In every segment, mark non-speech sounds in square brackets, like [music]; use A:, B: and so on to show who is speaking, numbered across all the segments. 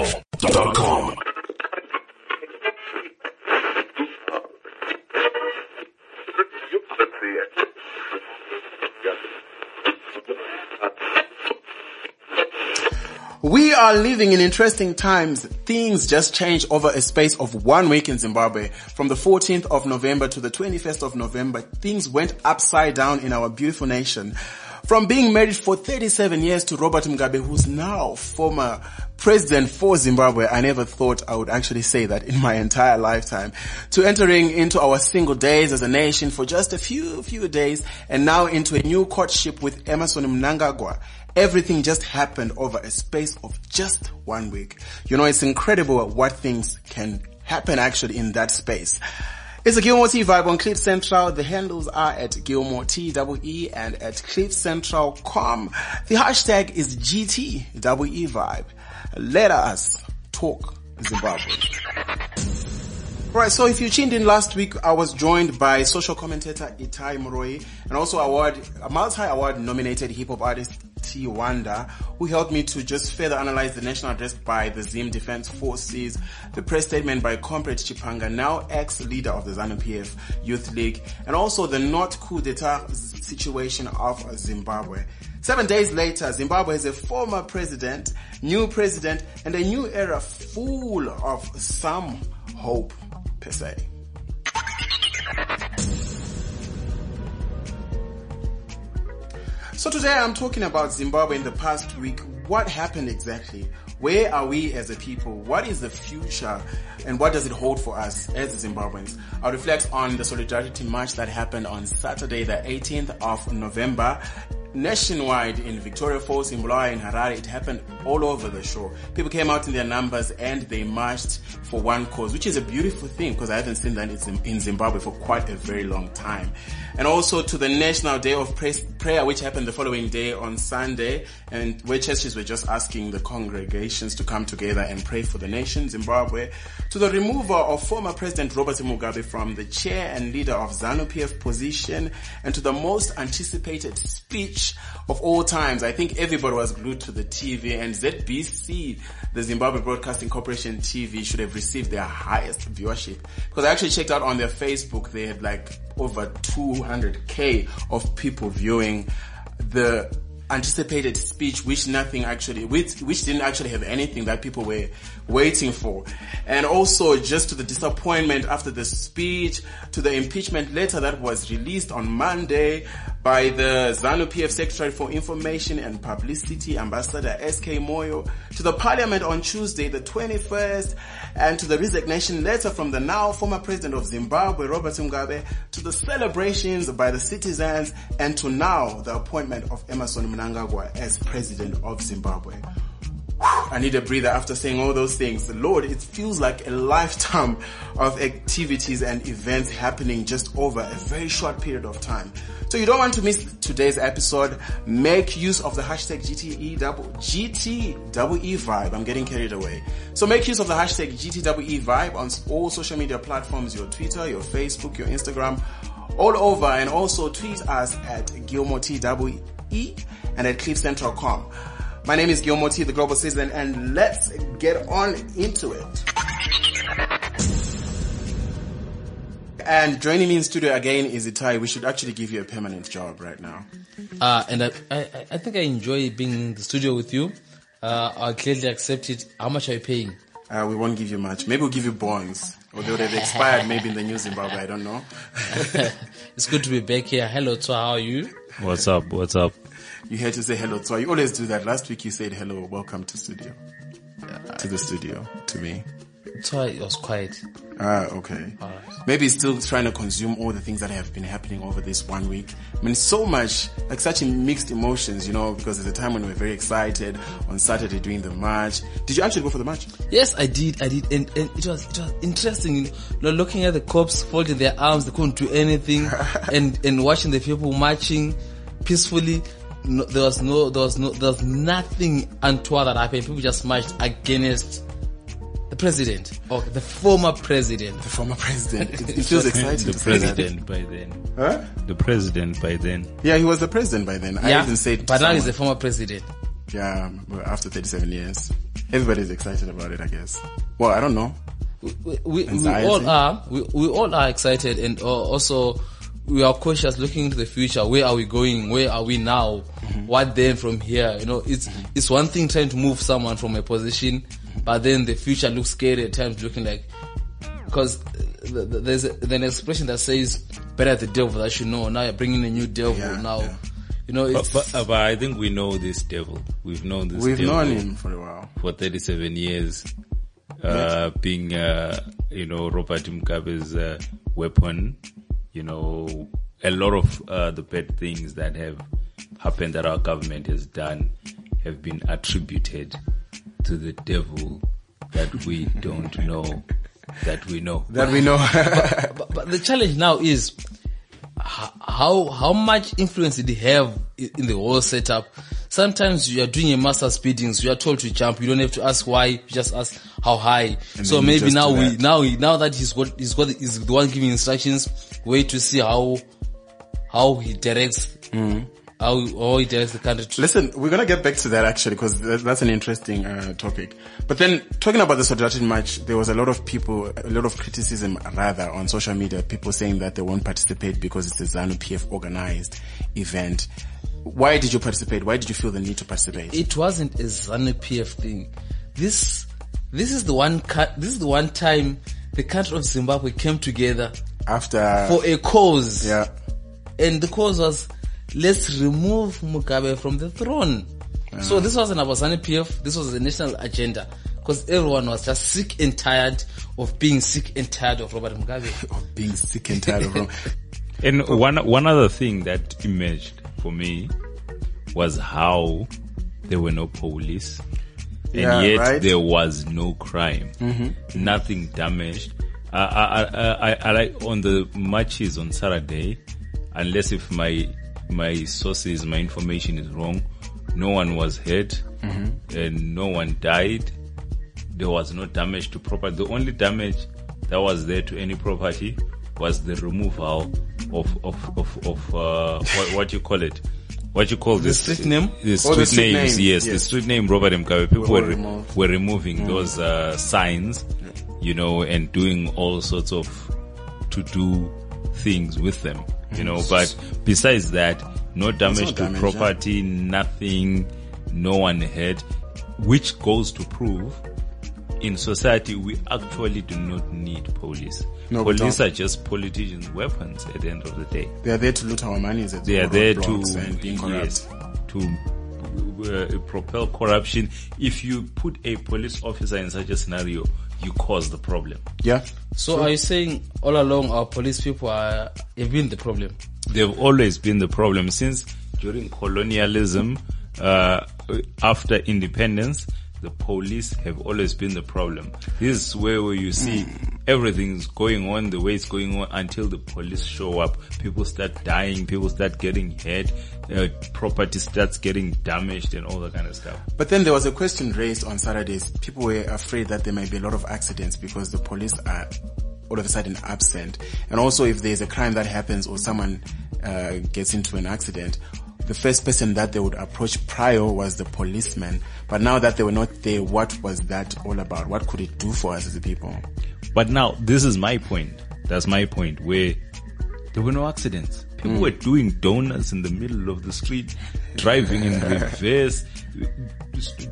A: CliffCentral.com.
B: We are living in interesting times. Things just changed over a space of one week in Zimbabwe. From the 14th of November to the 21st of November, things went upside down in our beautiful nation. From being married for 37 years to Robert Mugabe, who's now former president for Zimbabwe, I never thought I would actually say that in my entire lifetime, to entering into our single days as a nation for just a few, few days, and now into a new courtship with Emerson Mnangagwa Everything just happened over a space of just one week. You know, it's incredible what things can happen actually in that space. It's a Gilmore T vibe on Clip Central. The handles are at Gilmore T E and at CliffCentral.com. The hashtag is GTWE E vibe. Let us talk Zimbabwe. Right, so if you tuned in last week, I was joined by social commentator Itai Moroi and also award, a multi-award nominated hip-hop artist T Wanda, who helped me to just further analyze the national address by the Zim Defense Forces, the press statement by Comrade Chipanga, now ex-leader of the ZANU-PF Youth League, and also the not coup d'etat situation of Zimbabwe. Seven days later, Zimbabwe has a former president, new president, and a new era full of some hope, per se. So today I'm talking about Zimbabwe in the past week. What happened exactly? Where are we as a people? What is the future and what does it hold for us as Zimbabweans? I'll reflect on the Solidarity March that happened on Saturday the 18th of November nationwide in Victoria Falls, in Bulawayo, in Harare. It happened all over the shore. People came out in their numbers and they marched for one cause, which is a beautiful thing because I haven't seen that in Zim- in Zimbabwe for quite a very long time. And also to the National Day of Pres- Prayer, which happened the following day on Sunday, and where churches were just asking the congregations to come together and pray for the nation, Zimbabwe. To the removal of former President Robert Mugabe from the chair and leader of ZANU-PF position, and to the most anticipated speech of all times. I think everybody was glued to the TV and ZBC, the Zimbabwe Broadcasting Corporation TV should have received their highest viewership. Because I actually checked out on their Facebook, they had like over 200k of people viewing the anticipated speech which nothing actually which which didn't actually have anything that people were waiting for and also just to the disappointment after the speech to the impeachment letter that was released on Monday by the ZANU PF Secretary for Information and Publicity Ambassador SK Moyo to the parliament on Tuesday the 21st and to the resignation letter from the now former president of Zimbabwe Robert Mugabe to the celebrations by the citizens and to now the appointment of Emerson Mnangagwa as president of Zimbabwe. I need a breather after saying all those things. Lord, it feels like a lifetime of activities and events happening just over a very short period of time. So you don't want to miss today's episode. Make use of the hashtag E GTE double GTWE E vibe. I'm getting carried away. So make use of the hashtag GTWE E vibe on all social media platforms, your Twitter, your Facebook, your Instagram, all over and also tweet us at Gilmore TWE and at cliffcentral.com. My name is Gilmore T, the Global Citizen, and let's get on into it. And joining me in studio again is Itai. We should actually give you a permanent job right now.
C: Uh, and I, I, I think I enjoy being in the studio with you. Uh, I clearly accept it. How much are you paying? [laughs]
B: Uh, we won't give you much. Maybe we'll give you bonds. Or they would have expired maybe in the new Zimbabwe. I don't know.
C: It's good to be back here. Hello, Twa. How are you?
D: What's up? What's up?
B: You had to say hello. So you always do that. Last week you said hello, welcome to studio. To the studio. To me.
C: Twa, it was quiet.
B: Ah, okay. Maybe he's still trying to consume all the things that have been happening over this one week. I mean, so much, like such mixed emotions, you know, because there's a time when we were very excited on Saturday doing the march. Did you actually go for the march?
C: Yes, I did. I did, and, and it was it was interesting. You know, looking at the cops folding their arms, they couldn't do
D: [laughs]
C: anything, and and watching the people marching peacefully. No, there was no, there was no, there was nothing untoward that happened. People just marched against the president or the former president.
B: The former president. It, it
C: [laughs]
B: feels exciting. [laughs]
D: The
B: to say that.
D: president by then.
B: Huh?
D: The president by then.
B: Yeah, he was the president by then. I even said,
C: but now he's the
B: someone.
C: former president.
B: yeah, well, after 37 years. Everybody's excited about it, I guess. Well, I don't know.
C: we, we, we
B: Anxiety.
C: all are we, we all are excited and uh, also we are cautious looking into the future where are we going where are we now
B: Mm-hmm.
C: what then from here you know it's it's one thing trying to move someone from a position but then the future looks scary at times looking like because th- th- there's a, an expression that says better the devil that you know now you're bringing a new devil
B: Yeah,
C: now
B: yeah.
C: you know it's
D: But, but, uh, but I think we know this devil. We've known this
B: We've
D: devil
B: known him for a while.
D: for 37 years, uh, being, uh, you know, Robert Mugabe's uh, weapon, you know, a lot of uh, the bad things that have happened that our government has done have been attributed to the devil that we
B: [laughs]
D: don't know, that we know.
B: That we know. [laughs]
C: But, but the challenge now is h- how how much influence did he have i- in the whole setup? Sometimes you are doing a master's speedings, you are told to jump, you don't have to ask why, you just ask how high. so
B: then you
C: maybe
B: just
C: now
B: do
C: we
B: that.
C: now he- now that he's got he's got is the one giving instructions, wait to see how how he directs
B: Mm-hmm.
C: how, how he directs the country. To,
B: Listen, we're gonna get back to that actually because that's an interesting uh, topic. But then talking about the Sodratin match, there was a lot of people, a lot of criticism rather on social media, people saying that they won't participate because it's a ZANU PF organized event. Why did you participate? Why did you feel the need to participate?
C: it wasn't a ZANU PF thing. This this is the one ca- this is the one time the country of Zimbabwe came together
B: After,
C: for a cause.
B: yeah,
C: And the cause was, let's remove Mugabe from the throne. So this wasn't about ZANU PF, this was a national agenda. Because everyone was just sick and tired of being sick and tired of Robert Mugabe.
B: of being sick and
D: [laughs]
B: tired of Rome.
D: And one one other thing that emerged for me was how there were no police, and
B: Yeah,
D: yet
B: right. Mm-hmm.
D: there was no crime, nothing damaged. I, I, I, I, I like on the matches on Saturday, unless if my my sources my information is wrong, no one was hurt
B: Mm-hmm.
D: and no one died. There was no damage to property. The only damage that was there to any property was the removal of of of, of uh, what, what you call it. What you call this?
C: street name?
D: The
B: Oh,
D: street,
B: the street
D: names,
B: name,
D: yes, The
B: yes.
D: street name Robert Mugabe.
B: Were
D: People were,
B: all
D: re-
B: removed.
D: were removing those uh, signs, you know, and doing all sorts of to do things with them, you know. But besides that, no damage to
B: damage, yeah.
D: property, nothing, no one hurt, which goes to prove in society we actually do not need police.
B: No, we
D: police
B: don't.
D: are just politicians' weapons at the end of the day
B: they are there to loot our money.
D: they are there to
B: and being corrupt.
D: yes, to uh, propel corruption. If you put a police officer in such a scenario, you cause the problem.
B: Yeah.
C: So are you saying all along our police people are, have been the problem?
D: They've always been the problem since during colonialism, uh, after independence. The police have always been the problem. This is where you see everything's going on the way it's going on until the police show up. People start dying, people start getting hurt, uh, property starts getting damaged and all that kind of stuff.
B: But then there was a question raised on Saturdays. People were afraid that there might be a lot of accidents because the police are all of a sudden absent. And also if there's a crime that happens or someone uh, gets into an accident, the first person that they would approach prior was the policeman. But now that they were not there, what was that all about? What could it do for us as a people?
D: But now this is my point. That's my point where there were no accidents. People were doing donuts in the middle of the street, driving in reverse,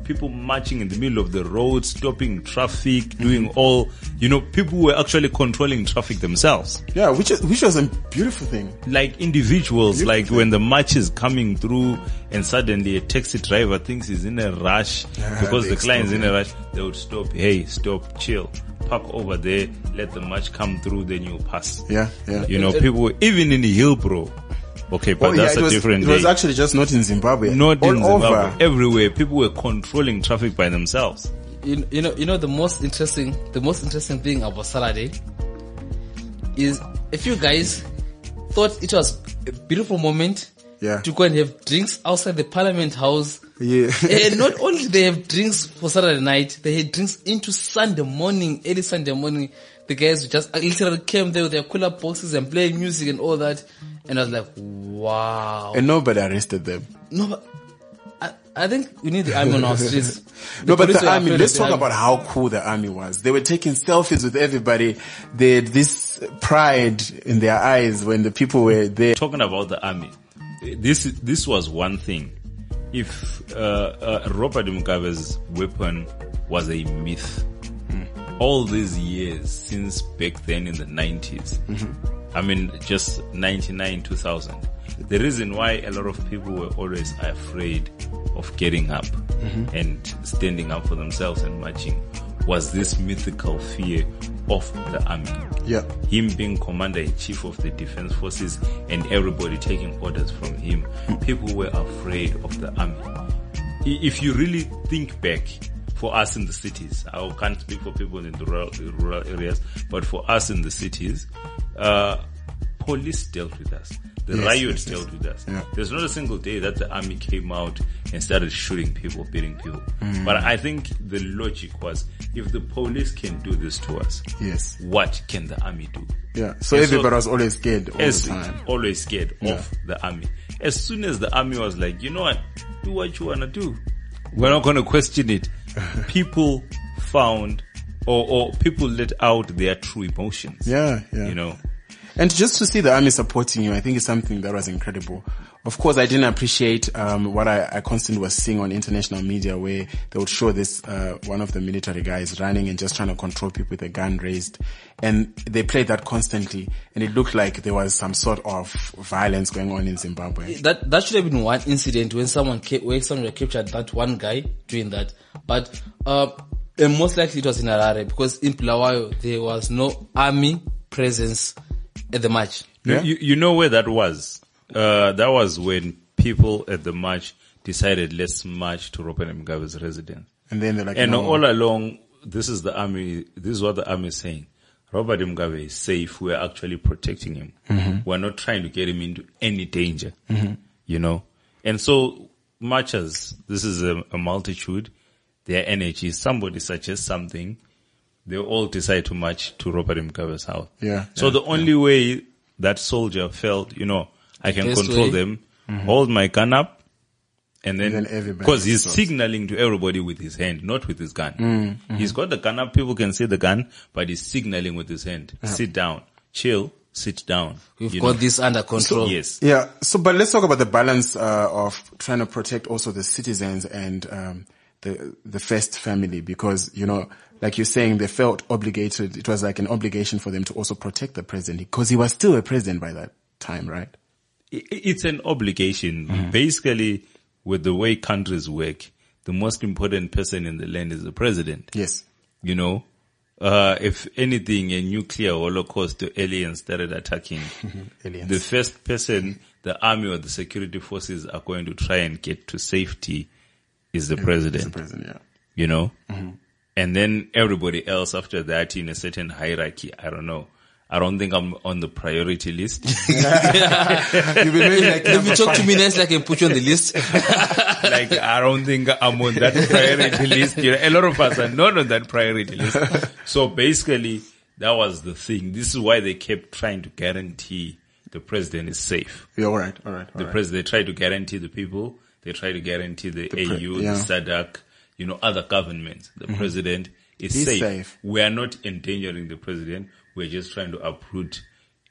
D: people marching in the middle of the road, stopping traffic, doing all, you know, people were actually controlling traffic themselves
B: Yeah, which is, which was a beautiful thing.
D: like individuals, like when the match is coming through and suddenly a taxi driver thinks he's in a rush because
B: Ah, they
D: the client's in a rush, they would stop. Hey, stop, chill, park over there, let the match come through, then you pass.
B: Yeah, yeah.
D: You know, people, were- even in Hillbro. Okay, but
B: Oh, yeah,
D: that's
B: it
D: a
B: was,
D: different
B: It was
D: day.
B: actually just not in Zimbabwe.
D: Not
B: all
D: in Zimbabwe,
B: over.
D: everywhere. People were controlling traffic by themselves.
C: you, you know you know the most interesting the most interesting thing about Saturday is a few guys thought it was a beautiful moment
B: Yeah.
C: to go and have drinks outside the parliament house
B: Yeah.
C: [laughs] and not only did they have drinks for Saturday night they had drinks into Sunday morning early Sunday morning the guys just literally came there with their cooler boxes and playing music and all that and I was like wow
B: And nobody arrested them.
C: no, but I, I think we need the army on
B: [laughs]
C: our streets.
B: No, but
C: police
B: the
C: were
B: army,
C: afraid
B: let's
C: of
B: talk
C: the
B: about how cool the army was. They were taking selfies with everybody. They had this pride in their eyes when the people were there.
D: talking about the army, this this was one thing. If uh, uh, Robert Mugabe's weapon was a myth, all these years since back then in the 90s, I mean just 99, 2000, the reason why a lot of people were always afraid of getting up and standing up for themselves and marching was this mythical fear of the army
B: Yeah.
D: him being commander in chief of the defense forces and everybody taking orders from him, people were afraid of the army. I- If you really think back, for us in the cities, I can't speak for people in the rural, rural areas, but for us in the cities, uh, police dealt with us. The
B: Yes,
D: riots
B: yes, yes.
D: dealt with us.
B: Yeah.
D: There's not a single day that the army came out and started shooting people, beating people.
B: Mm.
D: But I think the logic was, if the police can do this to us,
B: Yes.
D: what can the army do?
B: Yeah. So
D: And so-
B: everybody was always scared all
D: As
B: the time.
D: always scared of the army. As soon as the army was like, you know what, do what you wanna do. We're not gonna question [laughs] it. people found or, or people let out their true emotions.
B: Yeah, yeah.
D: You know.
B: And just to see the army supporting you, I think is something that was incredible. Of course, I didn't appreciate um, what I, I constantly was seeing on international media, where they would show this uh, one of the military guys running and just trying to control people with a gun raised, and they played that constantly, and it looked like there was some sort of violence going on in Zimbabwe.
C: that that should have been one incident when someone ca- where someone captured that one guy doing that. But uh, and most likely it was in Harare because in Bulawayo there was no army presence at the match.
B: Yeah.
D: You, you know where that was? Uh, that was when people at the march decided let's march to Robert Mugabe's residence.
B: And then they're like,
D: And
B: no.
D: all along, this is the army. This is what the army is saying. Robert Mugabe is safe. We are actually protecting him.
B: Mm-hmm.
D: We're not trying to get him into any danger. You know. And so, much as this is a, a multitude, their energy. Somebody suggests something. They all decide to march to Robert Mugabe's house.
B: Yeah,
D: So the only way that soldier felt, you know, I can
C: Best
D: control
C: way.
D: them, hold my gun up, and then
B: Mm-hmm. And then everybody
D: because he's
B: stops.
D: signaling to everybody with his hand, not with his gun. He's got the gun up. People can see the gun, but he's signaling with his hand. Sit down, chill, sit down.
C: We've
D: you
C: got
D: know.
C: this under control.
D: yes.
B: Yeah. So, but let's talk about the balance uh, of trying to protect also the citizens and um, the the first family because you know, like you're saying, they felt obligated. It was like an obligation for them to also protect the president because he was still a president by that time, right?
D: I- It's an obligation. Basically, with the way countries work, the most important person in the land is the president.
B: Yes.
D: you know, uh, if anything, a nuclear holocaust or aliens started [laughs] attacking,
B: Aliens.
D: the first person the army or the security forces are going to try and get to safety is the
B: The
D: president,
B: president. Yeah.
D: you know, and then everybody else after that in a certain hierarchy. I don't know. I don't think I'm on the priority list.
B: You've been doing
D: [laughs]
B: like
C: [laughs] If you talk to me next, I can put you on the list.
D: like I don't think I'm on that priority list. You know, a lot of us are not on that priority list. So basically, that was the thing. This is why they kept trying to guarantee the president is safe.
B: Yeah, all right, all right, all
D: The
B: right.
D: president they tried to guarantee the people. They tried to guarantee the,
B: pre-
D: AU,
B: yeah. Mm-hmm.
D: the SADC, you know, other governments. The president is
B: He's
D: safe.
B: safe.
D: We are not endangering the president. We're just trying to uproot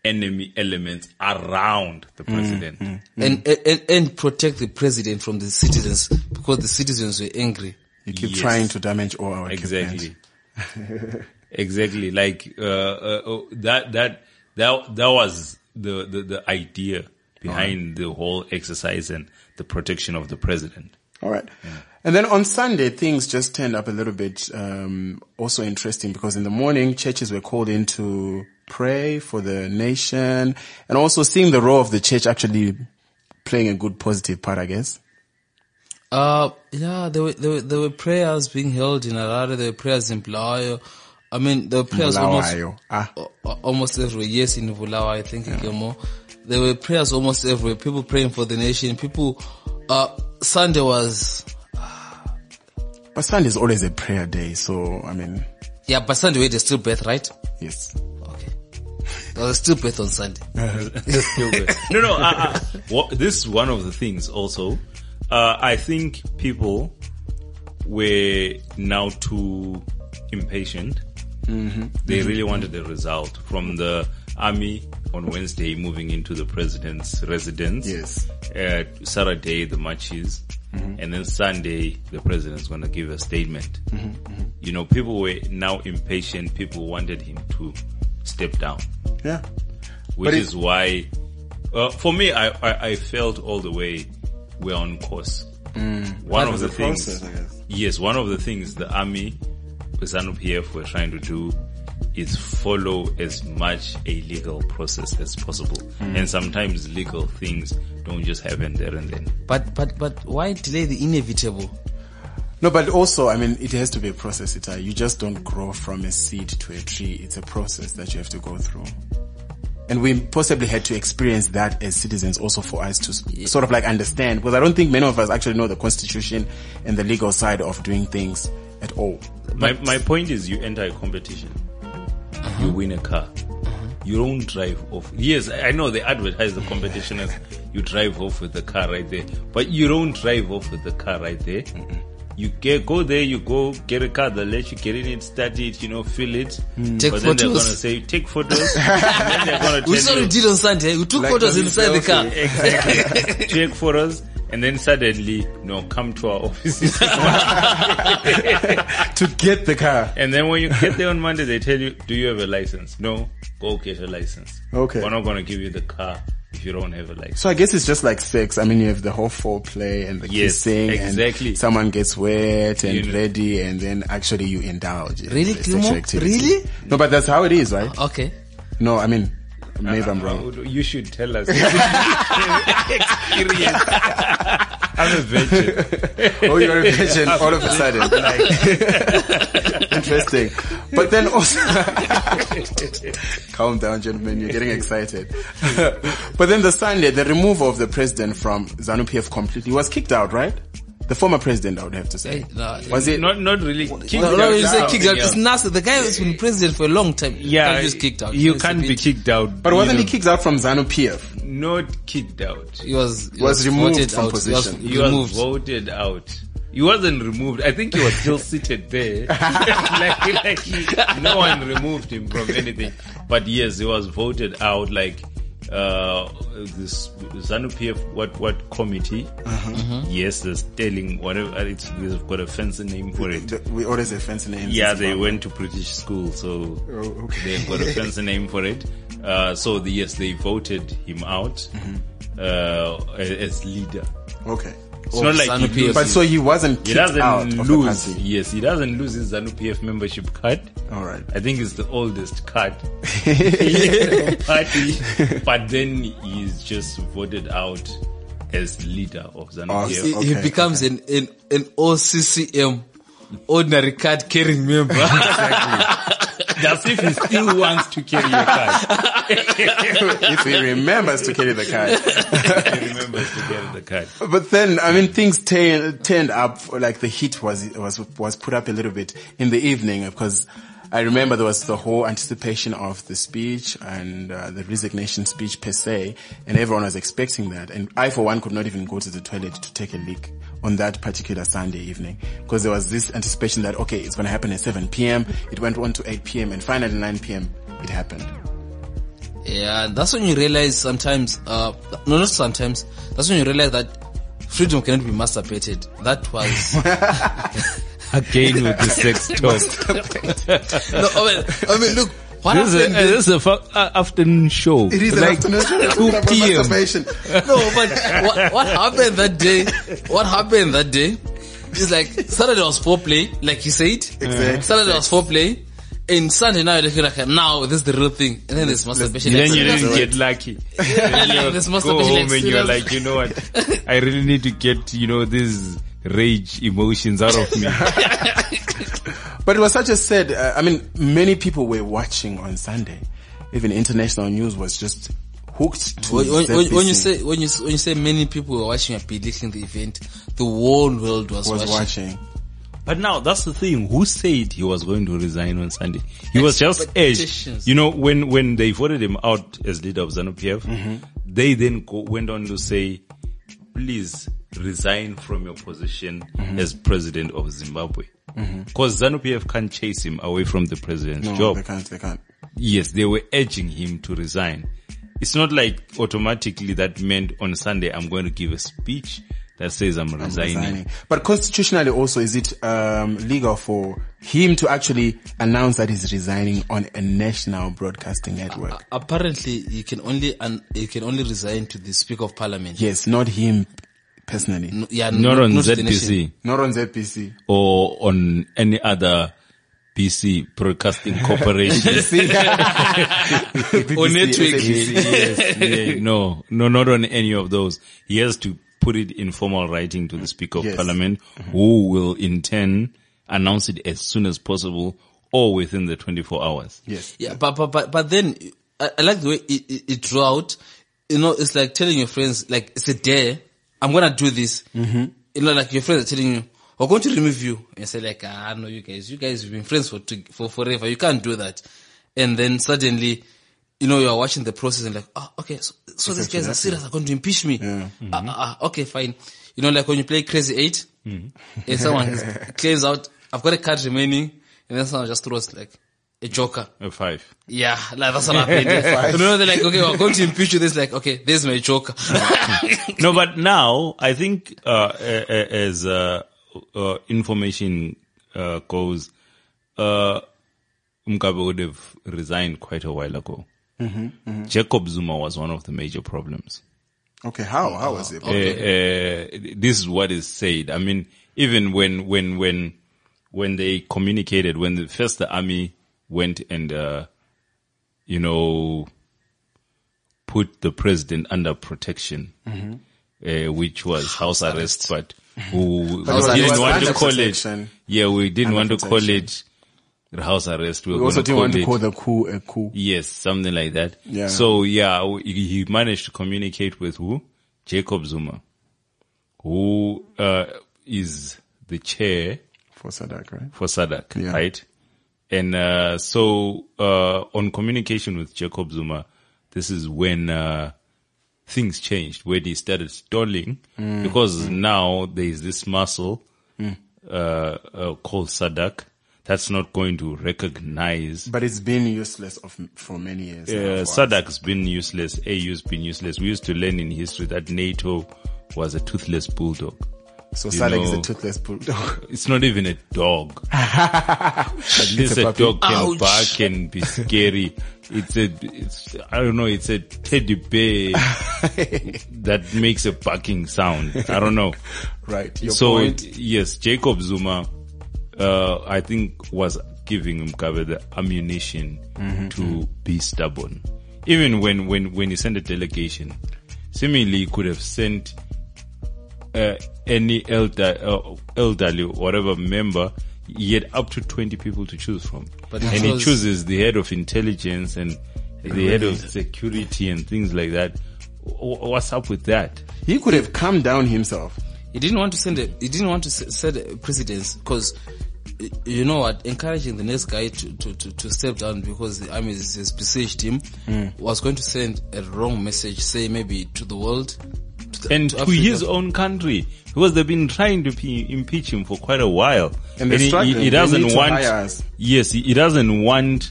D: enemy elements around the
B: Mm-hmm.
D: president.
C: and, and and protect the president from the citizens because the citizens were angry.
B: you keep
D: Yes.
B: trying to damage all our
D: exactly
B: equipment.
D: [laughs] exactly like uh, uh, oh, that that that that was the the, the idea behind the whole exercise and the protection of the president
B: All right. And then on Sunday, things just turned up a little bit, um, also interesting because in the morning, churches were called in to pray for the nation and also seeing the role of the church actually playing a good positive part, I guess.
C: Uh, yeah, there were, there were, there were prayers being held in Harare, there were prayers in Bulawayo. I mean, there were prayers
B: Bulawayo,
C: almost,
B: ah.
C: a- a- almost everywhere. Yes, in Bulawayo, I think in Gemo. There were prayers almost everywhere. People praying for the nation. People, uh, Sunday was,
B: But Sunday is always a prayer day. So, I mean,
C: yeah, but Sunday we had a stillbirth, right?
B: yes.
C: Okay. There was a stillbirth on Sunday.
D: [laughs] no no uh, uh, what, this is one of the things also Uh, I think people were now too impatient. They really wanted the result from the army on Wednesday, moving into the president's residence.
B: Yes.
D: Uh, Saturday, the marches. And then Sunday, the president's going to give a statement. You know, people were now impatient. People wanted him to step down
B: Yeah.
D: which
B: But it-
D: is why, uh, for me, I, I, I felt all the way we're on course. One
B: That
D: of
B: was
D: the
B: the
D: things,
B: process, I guess.
D: yes, one of the things the army, the ZANU PF were trying to do is follow as much a legal process as possible.
B: Mm.
D: And sometimes legal things don't just happen there and then.
C: But but but why delay the inevitable?
B: No, but also, I mean, it has to be a process. Ita. You just don't grow from a seed to a tree. It's a process that you have to go through. And we possibly had to experience that as citizens also for us to s sort of like understand, because I don't think many of us actually know the constitution and the legal side of doing things at all.
D: My, my point is you enter a competition,
C: Uh-huh.
D: you win a car, you don't drive off. Yes, I I know they advertise the competition as you drive off with the car right there, but you don't drive off with the car right there. You get, go there, you go get a car that lets you get in it, start it, you know, fill it.
C: Mm. Take
D: but then they're gonna
C: photos.
D: say take
C: [laughs]
D: photos. and then they're gonna
C: We
D: tell
C: saw
D: you-
C: we did on Sunday. We took
B: Like
C: photos
B: the
C: inside the car.
B: selfie.
C: [laughs]
D: Exactly. Check for us. And then suddenly, no, come to our offices.
B: Ah, To get the car.
D: and then when you
B: [laughs]
D: get there on Monday, they tell you, do you have a license? No, go get a license.
B: Okay.
D: We're not going to give you the car if you don't have a license.
B: So I guess it's just like sex. I mean, you have the whole foreplay and the
D: Yes,
B: kissing
D: exactly.
B: and someone gets wet and
D: You know.
B: ready and then actually you indulge. in
C: Really,
B: the sexual
C: Kilmo?
B: activity.
C: Really?
B: No, but that's how it is, right?
C: Okay.
B: No, I mean, maybe I'm
D: [laughs]
B: wrong.
D: Uh, You should
B: [laughs]
D: tell us. Experience. I'm a virgin.
B: Oh, you're a virgin all of a sudden. [laughs]
D: [laughs]
B: Interesting. But then
D: [laughs]
B: also, calm down, gentlemen. You're getting excited. [laughs] but then the Sunday, the removal of the president from ZANU PF completely he was kicked out, right? The former president, I would have to say.
C: Eh, no,
B: Was it?
D: Not, not really. Kicked
C: No, no,
D: out
C: you
D: is
C: say
D: something
C: kicked out.
D: else.
C: It's nasty. The guy has been president for a long time. You
D: Yeah,
C: can't just kicked out.
D: You
C: It's a
D: can't be
C: bit-
D: kicked out.
B: But wasn't
D: you
B: he kicked out from ZANU PF?
D: know, Not kicked out.
C: He was he
B: Was removed
C: voted
B: from
C: out. He was
B: position.
D: He
C: removed.
D: was voted out. He wasn't removed. I think he was still seated there. [laughs] like, like he- no one removed him from anything. But yes, he was voted out. Like uh, this ZANU PF, what what committee? Yes, the Sterling, whatever. It's they've got a fancy name for it.
B: The- We always have fancy names.
D: Yeah, they went to British school, so
B: Oh.
D: they've got a fancy name for it. Uh, so the, yes, they voted him out uh, a- as leader.
B: oh,
D: [laughs]
B: Okay.
D: It's not like
C: ZANU
D: he
C: PF.
D: loses
B: But so he wasn't kicked
D: he doesn't
B: out of the
D: lose.
B: party.
D: yes, he doesn't lose his ZANU PF membership card.
B: All right.
D: I think it's the oldest
B: [laughs]
D: card in the party, but then he's just voted out as leader of ZANU
B: Oh,
D: PF.
B: see-
C: He- he
B: Okay,
C: becomes an, an an OCCM, ordinary card carrying member.
D: That's if he still wants to carry a card.
B: if he remembers to carry the card.
D: He remembers to carry the card.
B: But then, I mean, things turn, turned up, like the heat was, was, was put up a little bit in the evening because I remember there was the whole anticipation of the speech and uh, the resignation speech per se and everyone was expecting that. And I for one could not even go to the toilet to take a leak on that particular Sunday evening because there was this anticipation that, okay, it's going to happen at 7 p.m. It went on to 8 p.m. and finally 9 p.m. it happened.
C: [laughs] yeah, that's when you realize sometimes, uh, no, not sometimes. That's when you realize that freedom cannot be masturbated. That was
D: Again with the [laughs] sex talk.
C: [laughs] no. I mean, I mean look, what
D: This is a,
C: happened?
D: this is a fu- uh, afternoon show.
B: [laughs] It is
D: like
B: an afternoon
D: 2 p.m.
C: no, but what, what happened that day? What happened that day? It's like Saturday was foreplay, like you said.
B: Exactly.
C: Saturday was foreplay, and Sunday now you're like, now this is the real thing, and then there's masturbation.
D: Then you
C: Like, [laughs]
D: didn't get lucky. Then you
C: This must
D: go
C: have been
D: home and you're
C: experience.
D: like, you know what?
C: [laughs]
D: I really need to get, you know, these rage emotions out of me.
B: But it was such a sad. Uh, I mean, many people were watching on Sunday. Even international news was just hooked to
C: When, when, when, when
B: Zambezi
C: you say when you s- when you say many people were watching and belittling the event, the whole world was,
B: was
C: watching.
B: watching.
D: [laughs] But now that's the thing. Who said he was going to resign on Sunday? He was just edged.
C: Expectations.
D: You know, when when they voted him
C: Mm-hmm.
D: out as leader of ZANU PF, they then go, went on to say, "Please, resign from your position
C: Mm-hmm.
D: as president of Zimbabwe. Because ZANU PF can't chase him away from the president's
B: No,
D: job.
B: they can't. They can't.
D: Yes, they were urging him to resign. It's not like automatically that meant on Sunday I'm going to give a speech that says I'm resigning.
B: Signing. But constitutionally, also, is it um, legal for him to actually announce that he's resigning on a national broadcasting network?
C: Apparently, you can only un, you can only resign to the Speaker of Parliament.
B: Yes, not him personally,
C: No- yeah,
D: Not on
C: to the nation.
D: ZBC
B: not on [laughs]
C: [laughs]
B: ZPC.
D: or on any other BC Broadcasting Corporation. [laughs]
B: BBC,
D: network.
B: SABC.
D: Yeah, no, no, not on any of those. He has to put it in formal writing to the Speaker of
B: Yes.
D: Parliament, who will in turn announce it as soon as possible or within the 24 hours.
B: Yes.
C: Yeah, but but but, but then I, I like the way it, it, it drew out. You know, it's like telling your friends, like it's a day. I'm gonna do this. Mm-hmm. You know, like your friends are telling you, we're going to remove you, and you say like, ah, no, you guys, you guys have been friends for two, for forever. You can't do that. And then suddenly, you know, you're watching the process and like, oh, okay, so, so these guys are serious. They're going to impeach me. Ah, ah, ah, okay, fine. You know, like when you play Crazy 8 and someone clears out, I've got a card remaining, and then someone just throws like a joker.
D: Uh, Five.
C: Yeah, like that's what happened.
B: [laughs]
C: you know, they're like, okay, we're going to impeach you. This, like, okay, there's my joker. [laughs]
D: no, but now I think uh, a- a- as uh, uh, information uh, goes, uh, Mugabe would have resigned quite a while ago. Jacob Zuma was one of the major problems.
B: Okay. How? How was it?
D: Uh, uh, Eh, this is what is said. I mean, even when when when when they communicated, when the, first the army went and uh, you know put the president under protection,
B: Mm-hmm.
D: uh, which was house arrest, but who we
B: was- it
D: didn't
B: was
D: want
B: under
D: to call it.
B: protection.
D: Yeah, we didn't want to call it
B: protection.
D: house arrest. were
B: We also
D: gonna
B: didn't want to
D: it-
B: call the coup a coup.
D: Yes, something like that.
B: Yeah.
D: So yeah, w- he he managed to communicate with who? Jacob Zuma, who uh, is the chair
B: for Sadak, right?
D: for SADC,
B: Yeah.
D: right? And uh, so uh, on communication with Jacob Zuma, this is when uh, things changed, where they started stalling
B: Mm.
D: because now there is this muscle uh, uh, called SADC that's not going to recognize
B: But it's been useless of, for many years. now for
D: uh,
B: us.
D: SADC's been useless. AU's been useless. We used to learn in history that NATO was a toothless bulldog.
B: So
D: you
B: Sadak is
D: know-
B: a toothless bulldog.
D: It's not even a dog. [laughs] At least a,
B: puppy.
D: dog can
C: Ouch.
D: bark and be scary. It's a, it's, I don't know, it's a teddy bear [laughs] that makes a barking sound. I don't know.
B: [laughs]
D: [laughs]
B: right. Your
D: so
B: point.
D: yes, Jacob Zuma, uh, I think was giving Mugabe the ammunition to be stubborn. Even when, when, when he sent a delegation, seemingly he could have sent uh, any elder, uh, elderly, whatever member, he had up to 20 people to choose from.
C: But he
D: and he
C: chose-
D: chooses the head of intelligence and the head of security and things like that. Wh- What's up with that?
B: He could have calmed down himself.
C: he didn't want to send a, he didn't want to s- set a precedence because, you know what, encouraging the next guy to, to, to, to step down because the army has has besieged him
B: Hmm.
C: was going to send a wrong message, say maybe to the world. To the,
D: and
C: to
D: to
C: Africa.
D: his own country because they've been trying to pe- impeach him for quite a while.
B: And they're
D: he- he,
B: struggling.
D: he
B: They
D: doesn't
B: need to
D: want.
B: hire us.
D: Yes, he, he doesn't want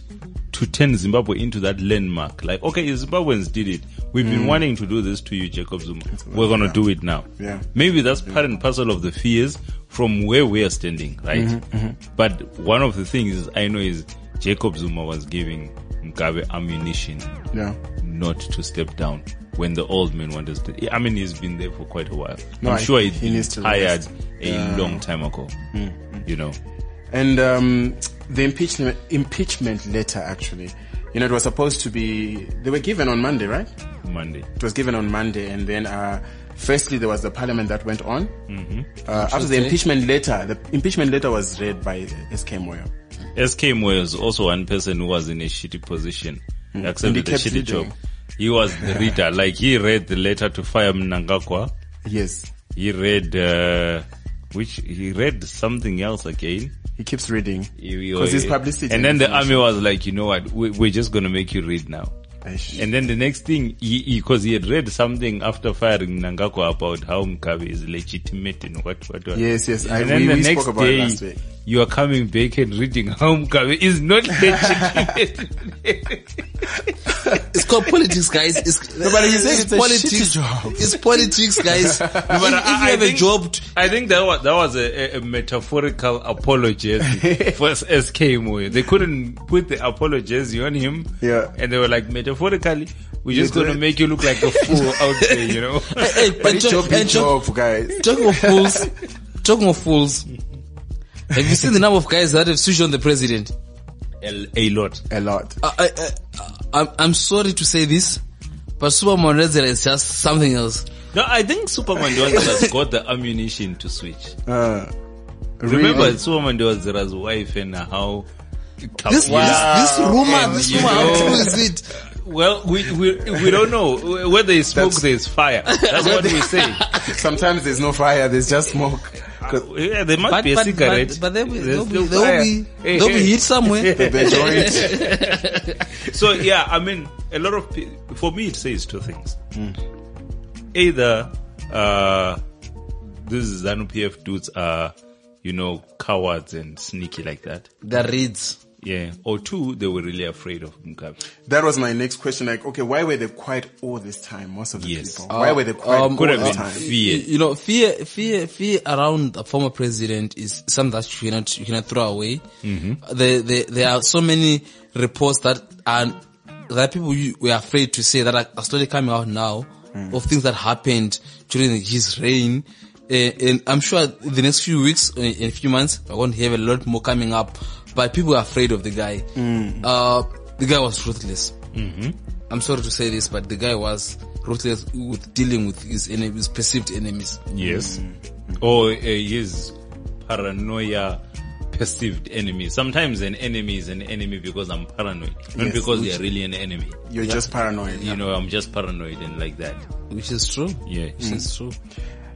D: to turn Zimbabwe into that landmark. Like, okay, Zimbabweans did it. We've been wanting to do this to you, Jacob Zuma. We're gonna do it now.
B: Mm. Yeah.
D: Maybe that's part and parcel of the fears from where we are standing, right?
B: Mm-hmm,
D: But one of the things I know is Jacob Zuma was giving Mugabe ammunition
B: Yeah.
D: not to step down when the old man wanted to. I mean, he's been there for quite a while.
B: No,
D: I'm
B: I-
D: sure he'd
B: he
D: been
B: needs to
D: hired
B: rest. Mm,
D: a long time ago. You know,
B: And um, the impeachment impeachment letter actually, you know, it was supposed to be. They were given on Monday, right?
D: Monday.
B: It was given on Monday, and then uh, firstly there was the parliament that went on. Mm-hmm. Uh, after the
C: Tuesday.
B: impeachment letter, the impeachment letter was read by S.K. Moyo.
D: SK Moyo is also one person who was in a shitty position. He accepted
B: Mm. And
D: a
B: he kept
D: shitty
B: reading.
D: job. He was
B: [laughs]
D: the reader. Like, he read the letter to fire Mnangagwa.
B: Yes,
D: He read, uh, which, he read something else again.
B: he keeps reading
D: You- you-
B: because his publicity.
D: And then the
B: information.
D: army was like, you know what, we, we're just going to make you read now.
B: Eish.
D: And then the next thing, because he, had read something after firing Nangako about how Mugabe is legitimate and what, what, what.
B: Yes, yes, I-
D: and then
B: we-
D: the
B: we spoke
D: next
B: about it
D: day,
B: last week.
D: you are coming back and reading how Mugabe
B: [laughs]
D: is not legitimate.
C: It's called politics, guys.
B: [laughs]
C: It's,
B: but he said it's a
C: politics.
B: shitty job.
C: It's
B: [laughs]
C: politics, guys. if,
D: But
C: if you have a job, t-
D: I think that was that was a, a, a metaphorical
B: [laughs]
D: apology for SK Moyo. They couldn't put the apology on him.
B: Yeah.
D: And they were like metaphorically, we're just
B: do
D: gonna
B: it.
D: make you look like a fool out there, you know.
C: hey, but
B: But it's
C: jo-
B: your big
C: and jo-
B: job, guys.
C: talking of fools, talking of fools, have you seen the number of guys that have switched on the president?
D: [laughs] a, a lot.
B: A lot.
C: I, I, I, I'm, I'm sorry to say this, but Super Monrezera is just something else.
D: No, I think Superman has got the ammunition to
B: [laughs]
D: switch.
B: Uh,
D: Remember,
B: really.
D: Superman Dwazera's wife and how.
C: This, this, this rumor, this
D: You
C: rumor, how
D: know.
C: true is it?
D: Well, we, we we don't know whether there's smoke,
B: That's-
D: there's fire. That's what we say.
B: Sometimes there's no fire, there's just smoke. 'Cause
D: Yeah, there might
C: But-
D: be a
C: but-
D: cigarette.
C: but- but there will-
D: There's
C: there will be-
D: no
C: there will
D: fire.
C: be- there will be heat somewhere.
D: [laughs]
B: the joint.
D: so yeah, I mean, a lot of pe- for me it says two things: either uh, these ZANU PF dudes are, you know, cowards and sneaky like that,
C: The reads.
D: yeah, or two, they were really afraid of Mugabe.
B: That was my next question. Like, okay, why were they quiet all this time? Most of the
D: Yes.
B: people. Why were Oh. they quiet
C: um,
B: all
D: Could have
B: this
D: been
B: time?
D: fear.
C: You know, fear, fear, fear around a former president is something that you cannot, you cannot throw away. Mm-hmm. There, there, there are so many reports that are, that people you- were afraid to say that are, are slowly coming out now
B: Mm.
C: of things that happened during his reign. Uh, and I'm sure the next few weeks, uh, in a few months, we're going to have a lot more coming up. But people are afraid of the guy.
B: Mm.
C: Uh, the guy was ruthless. I'm sorry to say this, but the guy was ruthless with dealing with his enemies, perceived enemies.
D: Yes, or uh, his paranoia. Perceived enemy. Sometimes an enemy is an enemy because I'm paranoid, not
B: Yes.
D: because they are really an enemy.
B: You're just paranoid.
D: you know, I'm just paranoid and like that.
C: Which is true.
D: Yeah.
C: Which is true.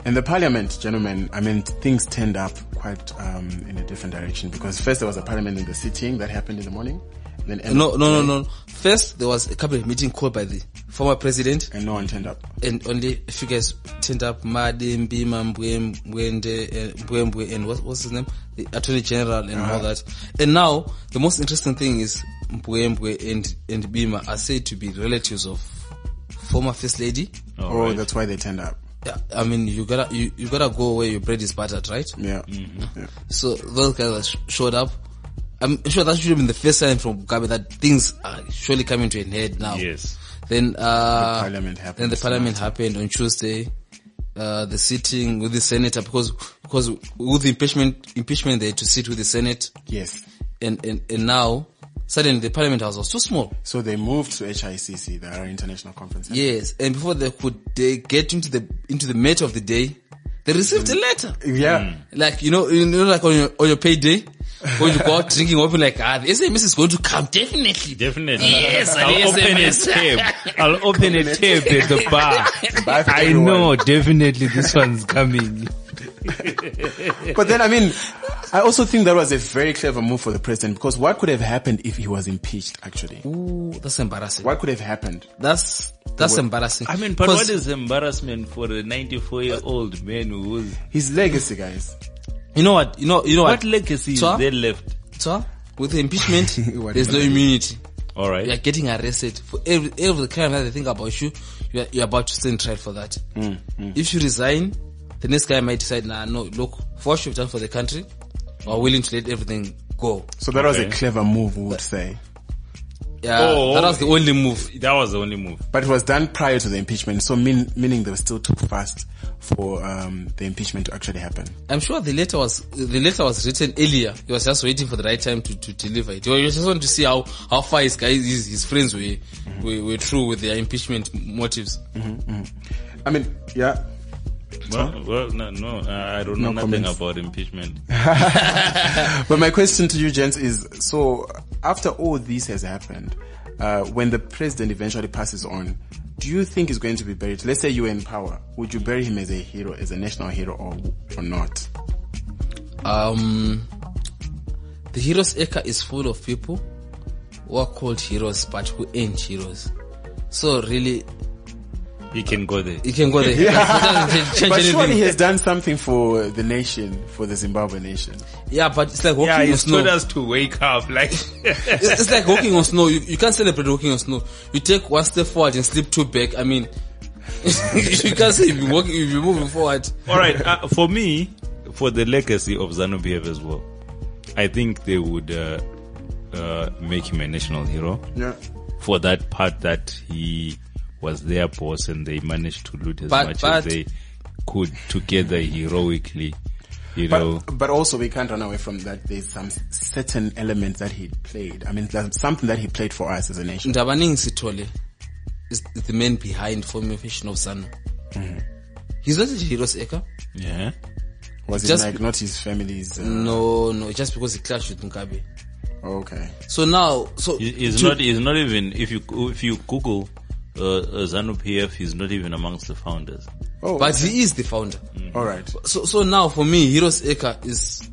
B: In the parliament, gentlemen, I mean, things turned up quite um, in a different direction because first there was a parliament in the sitting that happened in the morning. Then end-
C: No, no, no, no. First, there was a cabinet meeting called by the former president
B: And no one turned up.
C: and only a few guys turned up. Madim, Bima, Mbwem- Mwende, uh, Mbwembwe, and what, what's his name? The attorney general and all that. And now, the most interesting thing is Mbwembwe and, and Bima are said to be relatives of former first lady.
B: oh, that's why they turned up.
C: Yeah, I mean, you gotta, you, you gotta go where your bread is buttered, right?
B: Yeah.
D: Mm-hmm.
B: yeah.
C: So those guys that sh- showed up. I'm sure that should have been the first sign from Mugabe that things are surely coming to an end now.
D: Yes.
C: Then uh,
B: The parliament happened.
C: Then the parliament happened on Tuesday. Uh, the sitting with the senator because because with the impeachment impeachment they had to sit with the senate
B: Yes.
C: and and, and now suddenly the parliament house was too small.
B: So they moved to HICC, the International Conference. Center.
C: Yes, and before they could they get into the into the matter of the day, they received a letter.
B: Yeah.
D: Mm.
C: Like, you know, you know, like on your, on your payday, when you go out drinking, open like, ah, the SMS is going to come, definitely.
D: Definitely.
C: Yes, an
D: I'll open a
C: SMS.
D: tab. I'll open a tab at the
B: [laughs]
D: bar.
B: Bye for
D: I
B: everyone.
D: know definitely this one's coming.
B: But then, I mean, I also think that was a very clever move for the president because what could have happened if he was impeached, actually?
C: Ooh, that's embarrassing.
B: What could have happened?
C: That's, that's embarrassing.
D: I mean, but what
C: 'Cause
D: is embarrassment for a 94 year old man who's.
B: His legacy, guys.
C: you know what, you know, you know
D: What
C: what?
D: legacy is
C: Sir?
D: there left?
C: So, with the impeachment,
D: [laughs]
B: What
C: there's no
B: legacy?
C: immunity.
D: Alright.
C: You are getting arrested for every, every crime that they think about you, you are, you're about to stand trial for that.
D: Mm,
C: If you resign, the next guy might decide, nah, no, look, for what you've done for the country, we're willing to let everything go.
B: So that was a
D: Okay.
B: clever move, we would say.
C: Yeah,
D: Oh,
C: that was the only move.
D: That was the only move.
B: But it was done prior to the impeachment, so mean, meaning they were still too fast for um, the impeachment to actually happen.
C: I'm sure the letter was the letter was written earlier. He was just waiting for the right time to, to deliver it. You just want to see how, how far his guys his, his friends were,
D: Mm-hmm.
C: were were true with their impeachment motives.
B: I mean, yeah.
D: Well, well no, no, I I don't know
B: No
D: nothing
B: comments.
D: about impeachment.
B: But my question to you, gents, is so after all this has happened, uh, when the president eventually passes on, do you think he's going to be buried? Let's say you were in power, would you bury him as a hero, as a national hero, or or not?
C: Um, the heroes acre is full of people who are called heroes but who ain't heroes. So really,
D: He can go there.
C: you can go
D: [laughs]
C: there. [laughs] It doesn't change, change
B: but surely he
C: anything.
B: has done something for the nation, for the Zimbabwe nation.
C: Yeah, but it's like walking
D: Yeah,
C: on
D: he's
C: snow.
D: told us to wake up. Like, [laughs]
C: it's, it's like walking on snow. You, you can't celebrate walking on snow. You take one step forward and slip two back. I mean, [laughs] you can't say you're walking, you're moving forward.
D: all right, uh, for me, for the legacy of ZANU PF as well, I think they would uh, uh, make him a national hero
B: Yeah.
D: for that part that he was their boss and they managed to loot as
C: But-
D: much
C: but-
D: as they could together heroically. You know,
B: But, but also we can't run away from that. There's some s- certain elements that he played. I mean, that's something that he played for us as a nation.
C: Ndabaningi Sithole is the man behind formation of ZANU.
D: Mm-hmm.
C: He's not a hero's acre.
D: yeah.
B: Was it
C: Just- Mm.
B: like not his family's? Uh,
C: No, no, just because he clashed with Mugabe.
B: Okay.
C: So now, so
D: He- He's
C: to-
D: not. He's not even. If you if you Google uh, uh, ZANU PF, he's not even amongst the founders.
B: Oh,
C: but he is the founder.
D: Mm.
B: all right.
C: So, so now for me, hero's acre is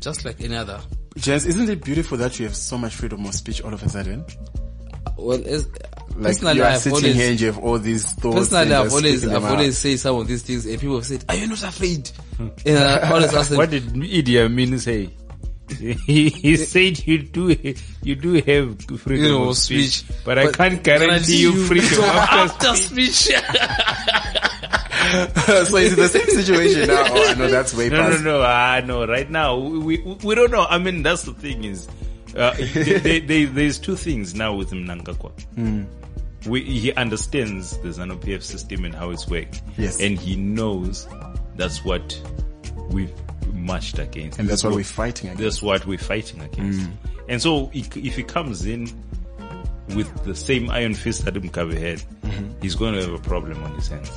C: just like any other.
B: Jens, isn't it beautiful that you have so much freedom of speech all of a sudden?
C: Well, as,
B: Like
C: personally,
B: you are
C: I've
B: sitting
C: always,
B: here and you have all these thoughts. and
C: personally,
B: you're
C: I've always,
B: speaking them
C: I've
B: out.
C: always said some of these things, and people have said, "Are you not afraid?" and I always
D: [laughs]
C: ask them,
D: Hmm. What did Idi Amin say? he, he said you do you do have freedom
C: you know,
D: of speech,
C: speech,
D: but, I can't guarantee
C: [laughs]
D: you freedom after
C: after speech.
B: [laughs]
C: [laughs]
B: so it's the same situation now. Oh, no, that's way
D: [laughs] No, no,
B: past.
D: no. Ah, no. Right now, we, we we don't know. I mean, that's the thing is, uh, [laughs] they, they, they, there's two things now with Mnangagwa.
B: Hmm.
D: We, he understands the ZANU PF system and how it's worked.
B: Yes.
D: and he knows that's what we've marched against,
B: And that's what we're fighting against.
D: that's what we're fighting against. And so, i- if he comes in with the same iron fist that Mugabe had, he's going to have a problem on his hands.